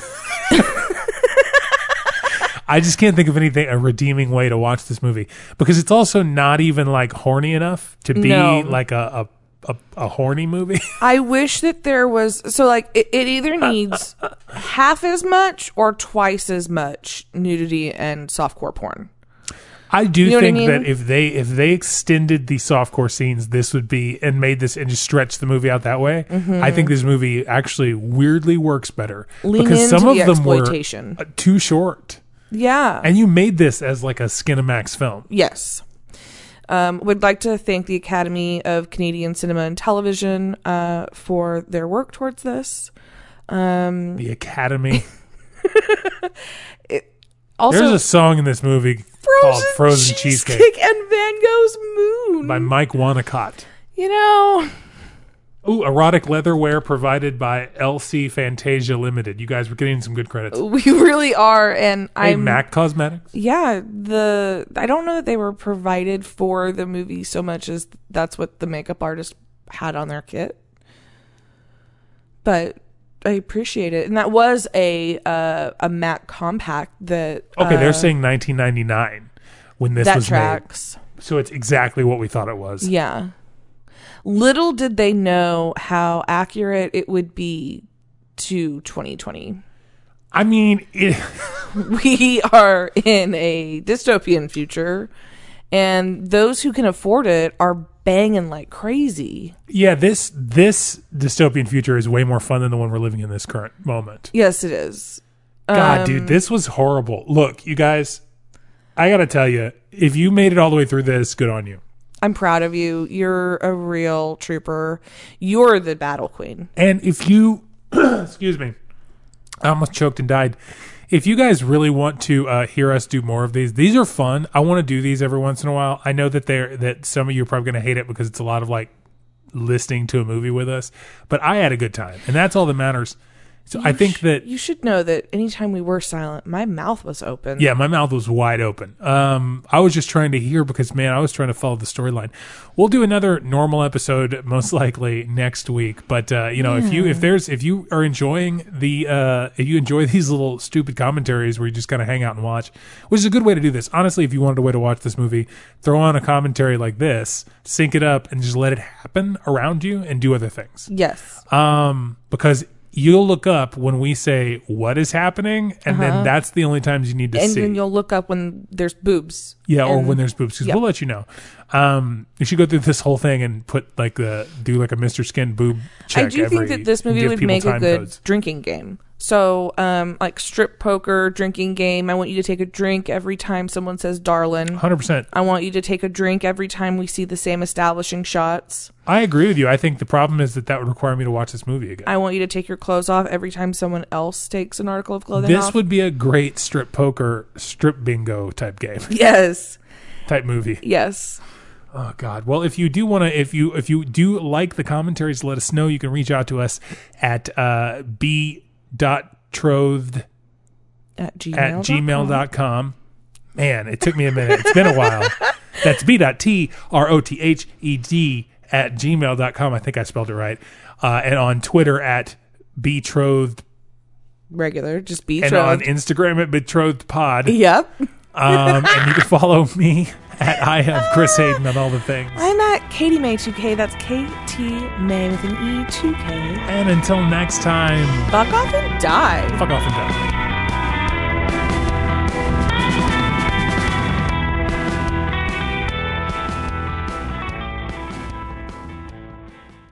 F: I just can't think of anything a redeeming way to watch this movie because it's also not even like horny enough to be
G: No.
F: like a, a a a horny movie.
G: I wish that there was so like it, it either needs half as much or twice as much nudity and softcore porn.
F: I do
G: You know what I
F: think that
G: mean?
F: if they if they extended the softcore scenes, this would be and made this and just stretched the movie out that way.
G: Mhm.
F: I think this movie actually weirdly works better
G: Lean
F: because some
G: into the
F: of them were
G: exploitation. Ah.
F: uh, too short.
G: Yeah.
F: and you made this as like a Skinamax film.
G: Yes. Um, would like to thank the Academy of Canadian Cinema and Television uh, for their work towards this. Um,
F: The Academy.
G: also,
F: There's a song in this movie called
G: Frozen
F: "Frozen Cheesecake"
G: Cheesecake and Van Gogh's Moon.
F: by Mike Wanacott.
G: You know,
F: Ooh, erotic leatherware provided by LC Fantasia Limited. You guys were getting some good credits.
G: We really are, and
F: Hey,
G: I'm
F: Mac Cosmetics.
G: Yeah, the I don't know that they were provided for the movie so much as that's what the makeup artist had on their kit. But I appreciate it, and that was a uh, a Mac compact that.
F: Okay,
G: uh,
F: they're saying 1999 when this
G: that
F: was
G: tracks.
F: made. So it's exactly what we thought it was.
G: Yeah. Little did they know how accurate it would be to 2020.
F: I mean, it,
G: we are in a dystopian future, and those who can afford it are banging like crazy.
F: Yeah, this this dystopian future is way more fun than the one we're living in this current moment.
G: Yes, it is.
F: God,
G: Um,
F: dude, this was horrible. Look, you guys, I got to tell you, if you made it all the way through this, good on you.
G: I'm proud of you. You're a real trooper. You're the battle queen.
F: And if you, excuse me, I almost choked and died. If you guys really want to uh, hear us do more of these, these are fun. I want to do these every once in a while. I know that they're that some of you are probably going to hate it because it's a lot of like listening to a movie with us, but I had a good time, and that's all that matters. So I
G: You
F: think
G: sh-
F: that
G: you should know that anytime we were silent, my mouth was open.
F: yeah, my mouth was wide open. Um, I was just trying to hear because man, I was trying to follow the storyline. We'll do another normal episode most likely next week. But uh, you know, if you
H: Yeah.
F: if there's if you are enjoying the uh, if you enjoy these little stupid commentaries where you just kind of hang out and watch, which is a good way to do this. Honestly, if you wanted a way to watch this movie, throw on a commentary like this, sync it up, and just let it happen around you and do other things.
G: Yes.
F: Um, because you'll look up when we say what is happening, and
G: Uh-huh.
F: then that's the only times you need to
G: and
F: see.
G: then you'll look up when there's boobs.
F: Yeah, or
G: And-
F: when there's boobs, because
G: Yeah.
F: we'll let you know. Um, you should go through this whole thing and put like the do like a Mr. Skin boob check.
G: I do
F: every,
G: think that this movie
F: give
G: would
F: people
G: make a
F: time
G: good
F: codes.
G: drinking game. So, um, like strip poker, drinking game. I want you to take a drink every time someone says "darling."
F: 100%.
G: I want you to take a drink every time we see the same establishing shots.
F: I agree with you. I think the problem is that that would require me to watch this movie again.
G: I want you to take your clothes off every time someone else takes an article of clothing
F: This
G: off.
F: would be a great strip poker, strip bingo type game.
G: yes,
F: type movie.
G: yes.
F: Oh God! Well, if you do want to, if you if you do like the commentaries, let us know. You can reach out to us at uh, b dot trothed
G: at
F: at gmail.com. Man, it took me a minute. It's been a while. That's b.t.r.o.t.h.e.d at gmail.com. I think I spelled it right. Uh, and on Twitter at betrothed.
G: Regular, just be
F: And on
G: betrothed.
F: Instagram at betrothedpod.
G: Yep.
F: Um, and you can follow me at I have Chris Hayden on all the things.
G: I'm at Katie May 2K. That's K T May with an E 2K.
F: And until next time,
G: fuck off and die.
F: Fuck off and die.